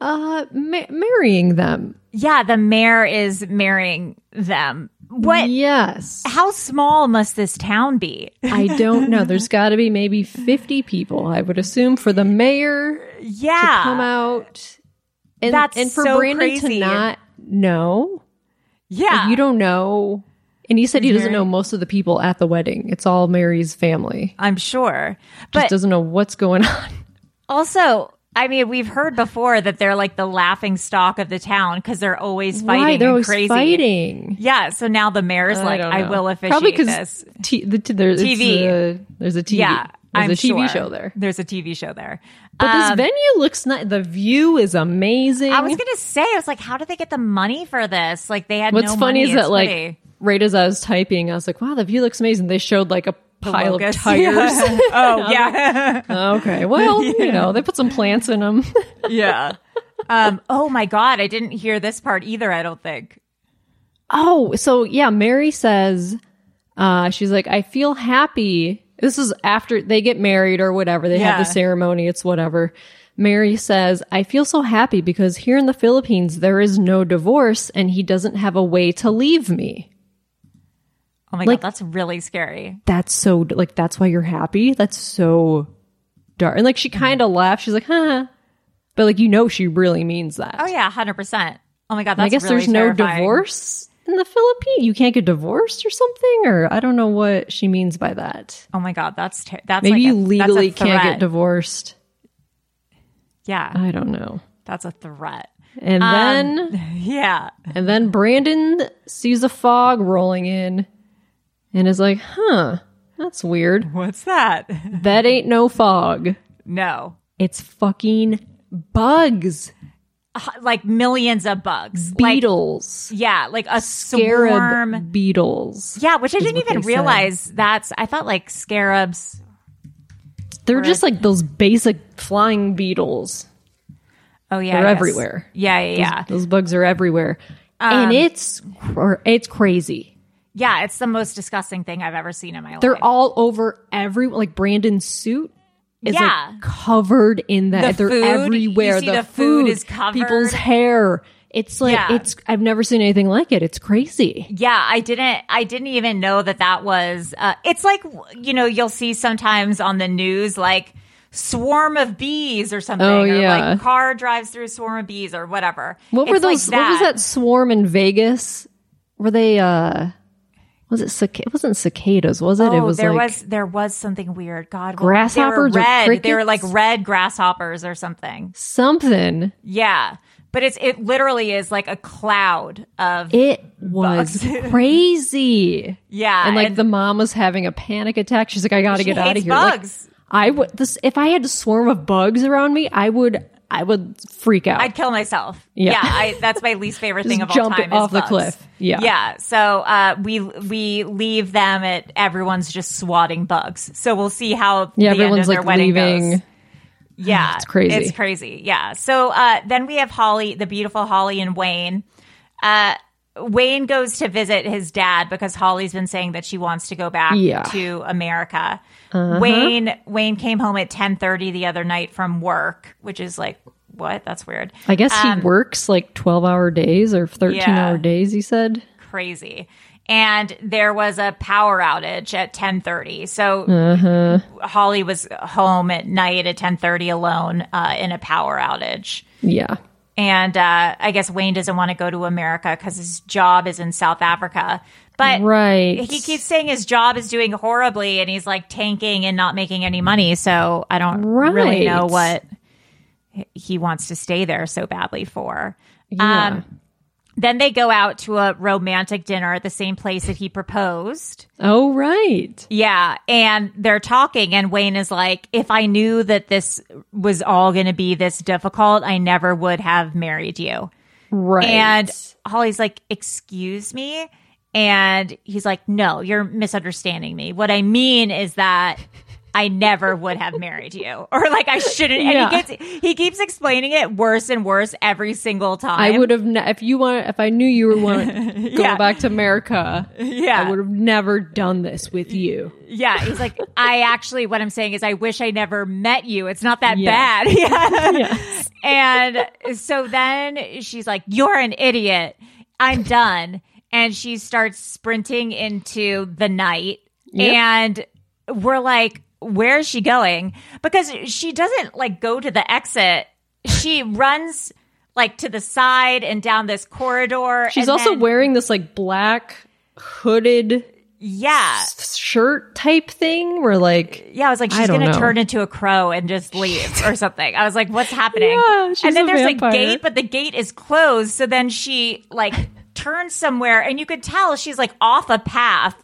Speaker 2: uh ma- marrying them.
Speaker 3: Yeah, the mayor is marrying them. What
Speaker 2: Yes.
Speaker 3: how small must this town be?
Speaker 2: I don't know. There's got to be maybe 50 people, I would assume, for the mayor
Speaker 3: Yeah.
Speaker 2: to come out. And,
Speaker 3: That's
Speaker 2: and for
Speaker 3: so
Speaker 2: Brandon
Speaker 3: crazy.
Speaker 2: to not know.
Speaker 3: Yeah.
Speaker 2: Like, you don't know. And he said he doesn't know most of the people at the wedding. It's all Mary's family.
Speaker 3: I'm sure.
Speaker 2: Just
Speaker 3: But
Speaker 2: doesn't know what's going on.
Speaker 3: also, I mean, we've heard before that they're like the laughing stock of the town because they're always fighting.
Speaker 2: Why? They're
Speaker 3: and
Speaker 2: always
Speaker 3: crazy.
Speaker 2: fighting.
Speaker 3: Yeah. So now the mayor's like,
Speaker 2: don't
Speaker 3: I
Speaker 2: know.
Speaker 3: will officiate
Speaker 2: Probably
Speaker 3: this.
Speaker 2: T- the, t- there's,
Speaker 3: TV.
Speaker 2: It's, uh, there's a TV.
Speaker 3: Yeah.
Speaker 2: There's
Speaker 3: I'm
Speaker 2: a TV
Speaker 3: sure.
Speaker 2: show there.
Speaker 3: There's a TV show there.
Speaker 2: But
Speaker 3: Um,
Speaker 2: this venue looks nice. The view is amazing.
Speaker 3: I was gonna say, I was like, how did they get the money for this? Like they had
Speaker 2: What's
Speaker 3: no money.
Speaker 2: funny is that
Speaker 3: It's
Speaker 2: like
Speaker 3: pretty.
Speaker 2: right as I was typing, I was like, "Wow, the view looks amazing." They showed like a pile of
Speaker 3: locusts.
Speaker 2: tires.
Speaker 3: oh yeah.
Speaker 2: okay, well, you know, they put some plants in them.
Speaker 3: yeah. Um, oh my god, I didn't hear this part either, I don't think.
Speaker 2: oh, so yeah, Mary says, uh, she's like, "I feel happy." This is after they get married or whatever. They have
Speaker 3: Yeah.
Speaker 2: the ceremony. It's whatever. Mary says, "I feel so happy because here in the Philippines there is no divorce, and he doesn't have a way to leave me."
Speaker 3: Oh my
Speaker 2: Like-
Speaker 3: god, that's really scary.
Speaker 2: that's so like that's why you're happy that's so dark and like she kind
Speaker 3: Mm-hmm.
Speaker 2: of laughs she's like huh but like you know she really means that
Speaker 3: Oh yeah, hundred percent. Oh my god, that's
Speaker 2: i guess
Speaker 3: really
Speaker 2: there's no
Speaker 3: terrifying.
Speaker 2: divorce in the philippines you can't get divorced or something or i don't know what she means by that
Speaker 3: Oh my god, that's ter- that's
Speaker 2: maybe
Speaker 3: like
Speaker 2: you
Speaker 3: a- that's a
Speaker 2: legally can't
Speaker 3: threat.
Speaker 2: get divorced
Speaker 3: Yeah,
Speaker 2: i don't know
Speaker 3: that's a threat.
Speaker 2: and then
Speaker 3: Yeah,
Speaker 2: and then brandon sees a fog rolling in and is like huh
Speaker 3: That's weird.
Speaker 2: What's that?
Speaker 3: That ain't no fog.
Speaker 2: No.
Speaker 3: It's fucking bugs,
Speaker 2: H- Uh, Like millions of bugs. Like,
Speaker 3: beetles,
Speaker 2: yeah, like a
Speaker 3: scarab
Speaker 2: swarm.
Speaker 3: beetles.
Speaker 2: Yeah, which I didn't
Speaker 3: what
Speaker 2: even
Speaker 3: they
Speaker 2: realize that's I thought like scarabs.
Speaker 3: They're just like those basic flying beetles.
Speaker 2: Oh yeah. I
Speaker 3: They're
Speaker 2: guess.
Speaker 3: everywhere.
Speaker 2: Yeah, yeah, yeah. Um,
Speaker 3: Those bugs are everywhere, and it's cr- it's crazy.
Speaker 2: Yeah, it's the most disgusting thing I've ever seen in my life.
Speaker 3: They're all over every like Brandon's suit is
Speaker 2: Yeah.
Speaker 3: like covered in that.
Speaker 2: The
Speaker 3: They're
Speaker 2: food,
Speaker 3: everywhere.
Speaker 2: you see the food is covered.
Speaker 3: People's hair. It's like
Speaker 2: Yeah.
Speaker 3: it's. I've never seen anything like it. It's crazy.
Speaker 2: Yeah, I didn't. I didn't even know that that was. Uh, it's like you know you'll see sometimes on the news like swarm of bees or something.
Speaker 3: Oh,
Speaker 2: or
Speaker 3: yeah.
Speaker 2: like car drives through swarm of bees or whatever.
Speaker 3: What were
Speaker 2: It's like
Speaker 3: those? What was that swarm in Vegas? Were they? uh Was it? Cic- it wasn't cicadas, was it?
Speaker 2: Oh,
Speaker 3: it was
Speaker 2: there
Speaker 3: like
Speaker 2: was there was something weird. God, what-
Speaker 3: Grasshoppers
Speaker 2: They
Speaker 3: or
Speaker 2: were red. they were like
Speaker 3: crickets?
Speaker 2: red grasshoppers or something.
Speaker 3: something.
Speaker 2: Yeah, but it's it literally is like a cloud of
Speaker 3: It was crazy.
Speaker 2: yeah
Speaker 3: and like the mom was having a panic attack. She's like, I gotta
Speaker 2: She
Speaker 3: get out of
Speaker 2: hates
Speaker 3: here. Like,
Speaker 2: bugs.
Speaker 3: I would this if I had a swarm of bugs around me, I would I would freak out.
Speaker 2: I'd kill myself.
Speaker 3: Yeah.
Speaker 2: Yeah, I, that's my least favorite
Speaker 3: Just
Speaker 2: thing of all
Speaker 3: jump
Speaker 2: time.
Speaker 3: off
Speaker 2: is
Speaker 3: the
Speaker 2: bugs.
Speaker 3: cliff. Yeah.
Speaker 2: yeah. So uh, we we leave them at everyone's just swatting bugs. So we'll see how
Speaker 3: yeah,
Speaker 2: the end
Speaker 3: everyone's
Speaker 2: of their
Speaker 3: like
Speaker 2: wedding
Speaker 3: leaving.
Speaker 2: goes. Yeah,
Speaker 3: It's crazy.
Speaker 2: It's crazy. Yeah. So uh, then we have Holly, the beautiful Holly and Wayne. Uh, Wayne goes to visit his dad because Holly's been saying that she wants to go back
Speaker 3: Yeah.
Speaker 2: to America.
Speaker 3: Uh-huh.
Speaker 2: Wayne Wayne came home at ten thirty the other night from work, which is like what? That's weird. Um,
Speaker 3: I guess he works like twelve hour days or thirteen
Speaker 2: yeah.
Speaker 3: hour days, he said.
Speaker 2: crazy and there was a power outage at 10:30 so
Speaker 3: Uh-huh.
Speaker 2: holly was home at night at 10:30 alone uh, in a power outage
Speaker 3: Yeah.
Speaker 2: and uh, i guess wayne doesn't want to go to america cuz his job is in south africa but
Speaker 3: Right.
Speaker 2: he keeps saying his job is doing horribly and he's like tanking and not making any money so i don't really know
Speaker 3: Right.
Speaker 2: what he wants to stay there so badly for Um,
Speaker 3: Yeah.
Speaker 2: then they go out to a romantic dinner at the same place that he proposed.
Speaker 3: oh right.
Speaker 2: Yeah. And they're talking, and Wayne is like, If I knew that this was all going to be this difficult, I never would have married you.
Speaker 3: Right.
Speaker 2: And Holly's like, Excuse me? And he's like, No, you're misunderstanding me. What I mean is that. I never would have married you, or like I shouldn't. And
Speaker 3: Yeah.
Speaker 2: he gets, he keeps explaining it worse and worse every single time.
Speaker 3: I would have ne- if you want if I knew you were want to go
Speaker 2: Yeah.
Speaker 3: back to America,
Speaker 2: yeah.
Speaker 3: I would have never done this with you.
Speaker 2: Yeah, he's like, I actually, what I'm saying is, I wish I never met you. It's not that
Speaker 3: Yes.
Speaker 2: bad. Yeah. And so then she's like, You're an idiot. I'm done. And she starts sprinting into the night. And we're like, Where is she going? Because she doesn't like go to the exit, she runs like to the side and down this corridor.
Speaker 3: She's
Speaker 2: and
Speaker 3: also
Speaker 2: then-
Speaker 3: wearing this like black hooded
Speaker 2: Yeah.
Speaker 3: shirt type thing where like
Speaker 2: Yeah, I was like,
Speaker 3: I
Speaker 2: she's
Speaker 3: don't
Speaker 2: gonna
Speaker 3: know.
Speaker 2: turn into a crow and just leave or something. I was like, what's happening?
Speaker 3: Yeah, she's
Speaker 2: and then
Speaker 3: a
Speaker 2: there's
Speaker 3: vampire.
Speaker 2: a gate, but the gate is closed. So then she like turns somewhere, and you could tell she's like off a path.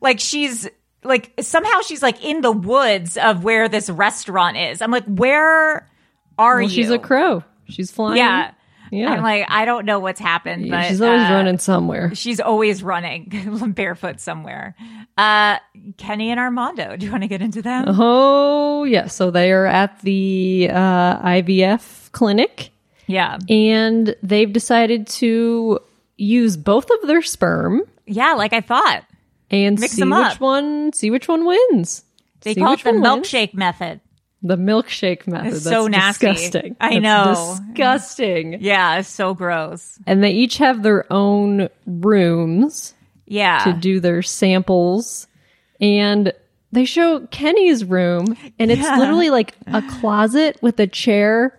Speaker 2: Like she's like somehow she's like in the woods of where this restaurant is. I'm like, where are
Speaker 3: well,
Speaker 2: you?
Speaker 3: she's a crow. She's flying.
Speaker 2: Yeah.
Speaker 3: Yeah.
Speaker 2: I'm like, I don't know what's happened,
Speaker 3: Yeah,
Speaker 2: but
Speaker 3: she's always
Speaker 2: uh,
Speaker 3: running somewhere.
Speaker 2: She's always running barefoot somewhere. Uh, Kenny and Armando, do you want to get into them?
Speaker 3: Oh yeah. So they are at the uh, IVF clinic
Speaker 2: Yeah.
Speaker 3: and they've decided to use both of their sperm
Speaker 2: Yeah, like I thought.
Speaker 3: and
Speaker 2: Mix
Speaker 3: see
Speaker 2: them
Speaker 3: which
Speaker 2: up.
Speaker 3: one see which one wins.
Speaker 2: They
Speaker 3: See
Speaker 2: call
Speaker 3: which
Speaker 2: it the
Speaker 3: one wins.
Speaker 2: milkshake method.
Speaker 3: The milkshake method.
Speaker 2: It's
Speaker 3: That's
Speaker 2: so nasty.
Speaker 3: disgusting.
Speaker 2: I
Speaker 3: That's
Speaker 2: know.
Speaker 3: Disgusting.
Speaker 2: Yeah, it's so gross.
Speaker 3: And they each have their own rooms to
Speaker 2: Yeah.
Speaker 3: do their samples. And they show Kenny's room, and it's literally like a closet with a chair,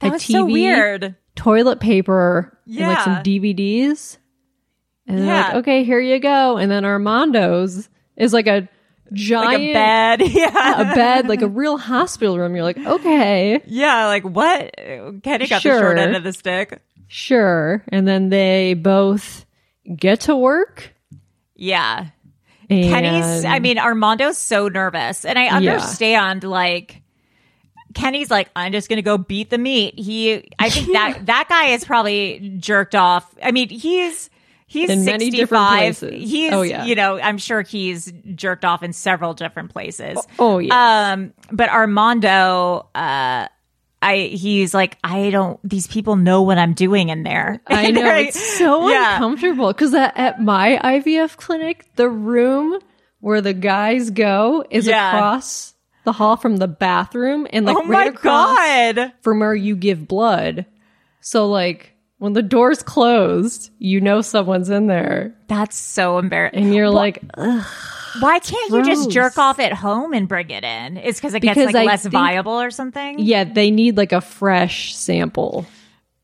Speaker 2: That
Speaker 3: a
Speaker 2: was
Speaker 3: TV,
Speaker 2: so weird.
Speaker 3: toilet paper, and like some
Speaker 2: Yeah.
Speaker 3: DVDs. And they're like,
Speaker 2: Yeah.
Speaker 3: okay, here you go. And then Armando's is like a
Speaker 2: Like
Speaker 3: giant
Speaker 2: a bed. Yeah.
Speaker 3: a bed, like a real hospital room. You're like, okay.
Speaker 2: Yeah, like what? Kenny got the
Speaker 3: Sure.
Speaker 2: short end of the stick.
Speaker 3: Sure. And then they both get to work
Speaker 2: Yeah.
Speaker 3: Kenny's,
Speaker 2: And-
Speaker 3: I mean, Armando's so nervous. And I understand, like, Kenny's like, I'm just going to go beat the meat. He, I think that, that guy is probably jerked off. I mean, he's, he's
Speaker 2: In
Speaker 3: 65.
Speaker 2: many different places.
Speaker 3: He's,
Speaker 2: Oh, yeah.
Speaker 3: you know, I'm sure he's jerked off in several different places.
Speaker 2: oh yes.
Speaker 3: Um, but Armando, uh, I, he's like, I don't, these people know what I'm doing in there.
Speaker 2: I know
Speaker 3: They're-
Speaker 2: it's so
Speaker 3: yeah.
Speaker 2: uncomfortable because at, at my IVF clinic, the room where the guys go is
Speaker 3: Yeah.
Speaker 2: across the hall from the bathroom, and like
Speaker 3: Oh
Speaker 2: right
Speaker 3: my
Speaker 2: across
Speaker 3: God.
Speaker 2: from where you give blood. So like when the door's closed, you know someone's in there,
Speaker 3: That's so embarrassing.
Speaker 2: and you're like,
Speaker 3: Why can't you just
Speaker 2: Gross.
Speaker 3: jerk off at home and bring it in? It's because it gets
Speaker 2: Because
Speaker 3: like
Speaker 2: I
Speaker 3: less
Speaker 2: think-
Speaker 3: viable or something.
Speaker 2: yeah, they need like a fresh sample.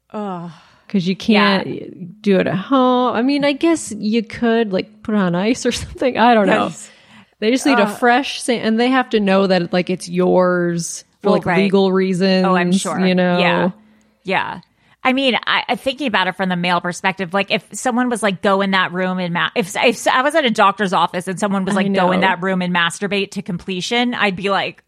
Speaker 2: Because you can't do it at home. I mean, I guess you could like put it on ice or something. I don't know.
Speaker 3: Yes. Uh,
Speaker 2: They just need a fresh, sa- and they have to know that like it's yours for
Speaker 3: Well,
Speaker 2: like
Speaker 3: right.
Speaker 2: legal reasons.
Speaker 3: Oh, I'm sure.
Speaker 2: You know,
Speaker 3: Yeah. Yeah. I mean, I, I thinking about it from the male perspective, like if someone was like go in that room and ma- if if I was at a doctor's office and someone was
Speaker 2: I
Speaker 3: like go in
Speaker 2: know.
Speaker 3: that room and masturbate to completion, I'd be like,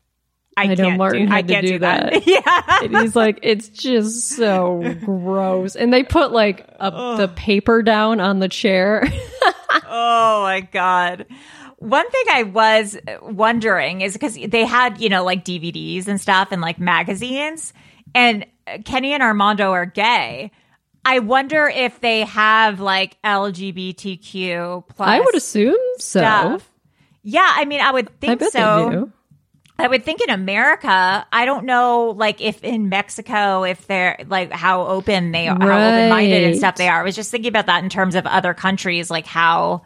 Speaker 3: I,
Speaker 2: I know
Speaker 3: can't
Speaker 2: Martin
Speaker 3: do,
Speaker 2: had
Speaker 3: I
Speaker 2: to
Speaker 3: can't
Speaker 2: do
Speaker 3: do that.
Speaker 2: that.
Speaker 3: yeah.
Speaker 2: And he's like, it's just so gross. And they put like a, the paper down on the chair.
Speaker 3: Oh my god. One thing I was wondering is because they had, you know, like DVDs and stuff and like magazines, and Kenny and Armando are gay. I wonder if they have like LGBTQ plus
Speaker 2: I would assume so.
Speaker 3: stuff. Yeah, I mean, I would think
Speaker 2: I bet
Speaker 3: so.
Speaker 2: they do.
Speaker 3: I would think in America, I don't know, like if in Mexico, if they're like how open they are, how open minded and stuff they are. I was just thinking about that in terms of other countries, like how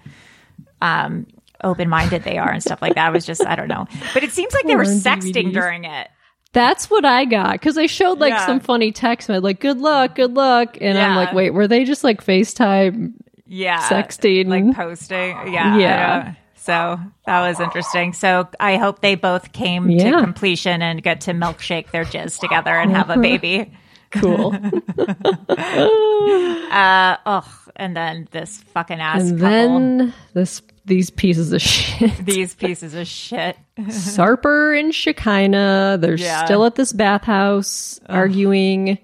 Speaker 3: um, open minded they are and stuff like that. I was just, I don't know. But it seems like they were
Speaker 2: Porn
Speaker 3: sexting
Speaker 2: DVDs.
Speaker 3: during it.
Speaker 2: That's what I got because they showed like
Speaker 3: Yeah.
Speaker 2: some funny text, and like "good luck, good luck," and I'm
Speaker 3: Yeah.
Speaker 2: like, "Wait, were they just like Facetime?"
Speaker 3: Yeah.
Speaker 2: Sexting.
Speaker 3: Like posting. Yeah. I
Speaker 2: Yeah.
Speaker 3: know. So that was interesting. So I hope they both came to
Speaker 2: Yeah.
Speaker 3: completion and get to milkshake their jizz together and have a baby.
Speaker 2: Cool.
Speaker 3: Uh, oh, and then this fucking ass
Speaker 2: and
Speaker 3: couple.
Speaker 2: then this these pieces of shit.
Speaker 3: these pieces of shit.
Speaker 2: Sarper and Shekinah, they're
Speaker 3: Yeah.
Speaker 2: still at this bathhouse arguing.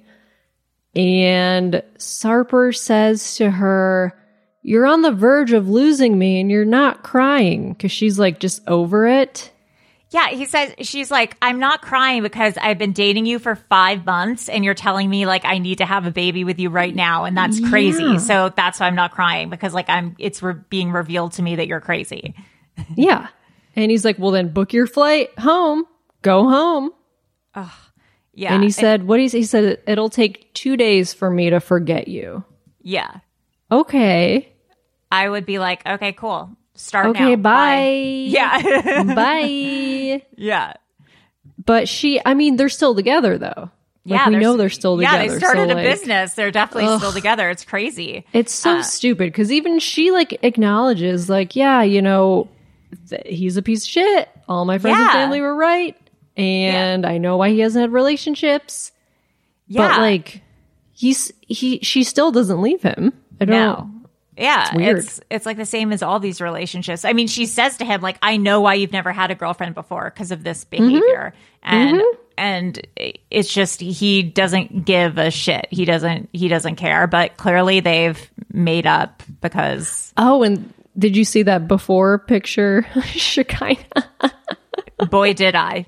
Speaker 2: And Sarper says to her, You're on the verge of losing me and you're not crying because she's like just over it.
Speaker 3: Yeah, he says she's like, I'm not crying because I've been dating you for five months, and you're telling me like I need to have a baby with you right now, and that's crazy. So that's why I'm not crying because like I'm it's re- being revealed to me that you're crazy.
Speaker 2: Yeah. And he's like, Well, then book your flight home, go home.
Speaker 3: Yeah,
Speaker 2: And he said, What is he said? It'll take two days for me to forget you.
Speaker 3: yeah,
Speaker 2: Okay.
Speaker 3: I would be like, okay, cool, start. now.
Speaker 2: Okay. Bye.
Speaker 3: Yeah,
Speaker 2: Bye.
Speaker 3: yeah.
Speaker 2: But she, I mean, they're still together though. Like, we know they're still together.
Speaker 3: Yeah, they
Speaker 2: so,
Speaker 3: started a
Speaker 2: like,
Speaker 3: business. They're definitely still together. It's crazy. Uh,
Speaker 2: It's so stupid because even she like acknowledges, like, yeah, you know, th- he's a piece of shit. All my friends and
Speaker 3: Yeah.
Speaker 2: family were right, and I know why he hasn't had relationships.
Speaker 3: Yeah,
Speaker 2: But like, he's he she still doesn't leave him. I don't.
Speaker 3: No. Yeah, it's,
Speaker 2: weird.
Speaker 3: it's like the same as all these relationships. I mean, she says to him like, "I know why you've never had a girlfriend before because of this behavior," and and it's just he doesn't give a shit. He doesn't he doesn't care. But clearly, they've made up because
Speaker 2: Oh, and did you see that before picture, Shekinah?
Speaker 3: boy, did I.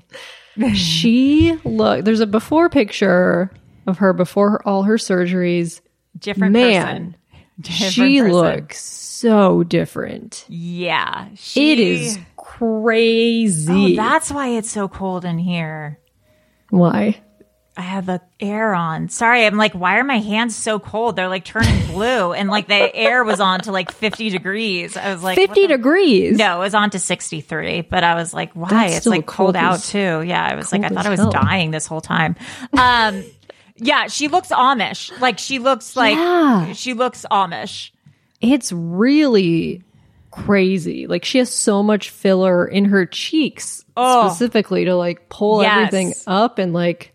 Speaker 2: She look. There's a before picture of her before her, all her surgeries.
Speaker 3: Different
Speaker 2: Man.
Speaker 3: person. Different
Speaker 2: she
Speaker 3: person.
Speaker 2: looks so different.
Speaker 3: Yeah,
Speaker 2: It
Speaker 3: she-
Speaker 2: is crazy.
Speaker 3: Oh, that's why it's so cold in here.
Speaker 2: Why?
Speaker 3: I have the air on. Sorry, I'm like, why are my hands so cold? They're like turning blue, and like the air was on to like 50 degrees. I was like, what
Speaker 2: 50
Speaker 3: the-
Speaker 2: degrees.
Speaker 3: No, it was on to 63, but I was like, why?
Speaker 2: That's
Speaker 3: it's
Speaker 2: still
Speaker 3: like cold,
Speaker 2: cold
Speaker 3: out
Speaker 2: as-
Speaker 3: too. Yeah, I was like, I
Speaker 2: cold
Speaker 3: thought I was
Speaker 2: as hell.
Speaker 3: dying this whole time. Um, yeah, she looks Amish. Like she looks like
Speaker 2: Yeah.
Speaker 3: she looks Amish.
Speaker 2: It's really crazy. Like she has so much filler in her cheeks
Speaker 3: Oh.
Speaker 2: specifically to like pull
Speaker 3: Yes.
Speaker 2: everything up and like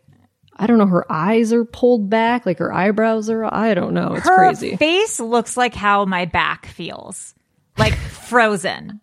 Speaker 2: I don't know her eyes are pulled back, like her eyebrows are I don't know. It's
Speaker 3: Her
Speaker 2: crazy.
Speaker 3: face looks like how my back feels, like frozen.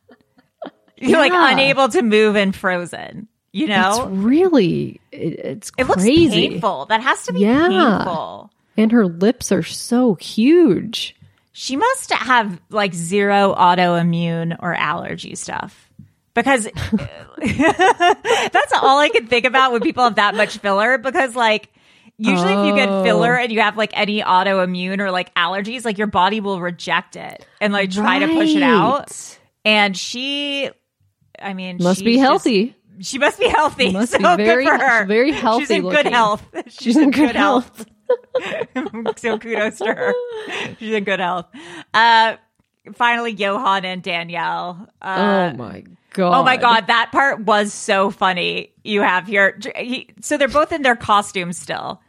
Speaker 3: You're like
Speaker 2: Yeah.
Speaker 3: unable to move and frozen. You
Speaker 2: It's
Speaker 3: know,
Speaker 2: really it, it's
Speaker 3: it looks
Speaker 2: crazy.
Speaker 3: painful. That has to be
Speaker 2: Yeah.
Speaker 3: painful.
Speaker 2: And her lips are so huge.
Speaker 3: She must have like zero autoimmune or allergy stuff because that's all I could think about when people have that much filler. Because like usually if you get filler
Speaker 2: Oh.
Speaker 3: and you have like any autoimmune or like allergies, like your body will reject it and like try to push it out.
Speaker 2: Right.
Speaker 3: And she, I mean,
Speaker 2: Must
Speaker 3: she's
Speaker 2: be
Speaker 3: just-
Speaker 2: healthy.
Speaker 3: she must be healthy.
Speaker 2: Must
Speaker 3: so
Speaker 2: be very-
Speaker 3: good for her.
Speaker 2: she's very healthy
Speaker 3: She's in good
Speaker 2: looking.
Speaker 3: health. She's,
Speaker 2: She's in good health.
Speaker 3: so kudos to her. She's in good health. Uh, finally, Johan and Danielle. Uh,
Speaker 2: oh my god.
Speaker 3: Oh my god, that part was so funny. You have here, Dr- he- so they're both in their costumes still.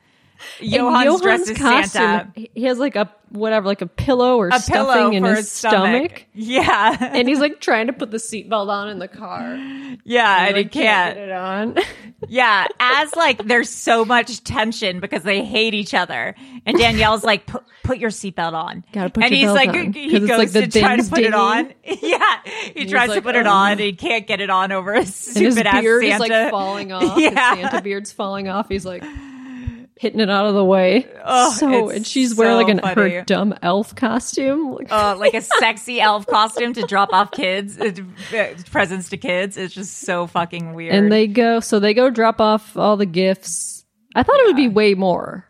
Speaker 2: And
Speaker 3: Johan's, dressed as Santa,
Speaker 2: he- He has like a whatever, like a pillow or
Speaker 3: a
Speaker 2: stuffing
Speaker 3: pillow
Speaker 2: in
Speaker 3: for
Speaker 2: his stomach.
Speaker 3: Yeah,
Speaker 2: and he's like trying to put the seatbelt on in the car.
Speaker 3: yeah, and he
Speaker 2: Like,
Speaker 3: can't.
Speaker 2: get it on.
Speaker 3: Yeah, as like there's so much tension because they hate each other, and Danielle's like, "Put, put your seatbelt on."
Speaker 2: Gotta put
Speaker 3: and
Speaker 2: your
Speaker 3: he's
Speaker 2: belt
Speaker 3: like,
Speaker 2: on,
Speaker 3: he
Speaker 2: 'cause
Speaker 3: goes
Speaker 2: it's like
Speaker 3: to
Speaker 2: the
Speaker 3: try to
Speaker 2: ding's
Speaker 3: put it on. yeah, he
Speaker 2: he's
Speaker 3: tries to
Speaker 2: like,
Speaker 3: put it
Speaker 2: "Ugh."
Speaker 3: on, and he can't get it on over his
Speaker 2: and his
Speaker 3: stupid ass
Speaker 2: beard
Speaker 3: Santa.
Speaker 2: is like falling off.
Speaker 3: Yeah.
Speaker 2: His Santa beard's falling off. He's like hitting it out of the way.
Speaker 3: Oh,
Speaker 2: so
Speaker 3: it's
Speaker 2: and she's wearing like an
Speaker 3: so funny.
Speaker 2: her dumb elf costume. Like,
Speaker 3: Uh, like a sexy elf costume to drop off kids uh, uh, presents to kids. It's just so fucking weird.
Speaker 2: and they go so they go drop off all the gifts. I thought it would be way more.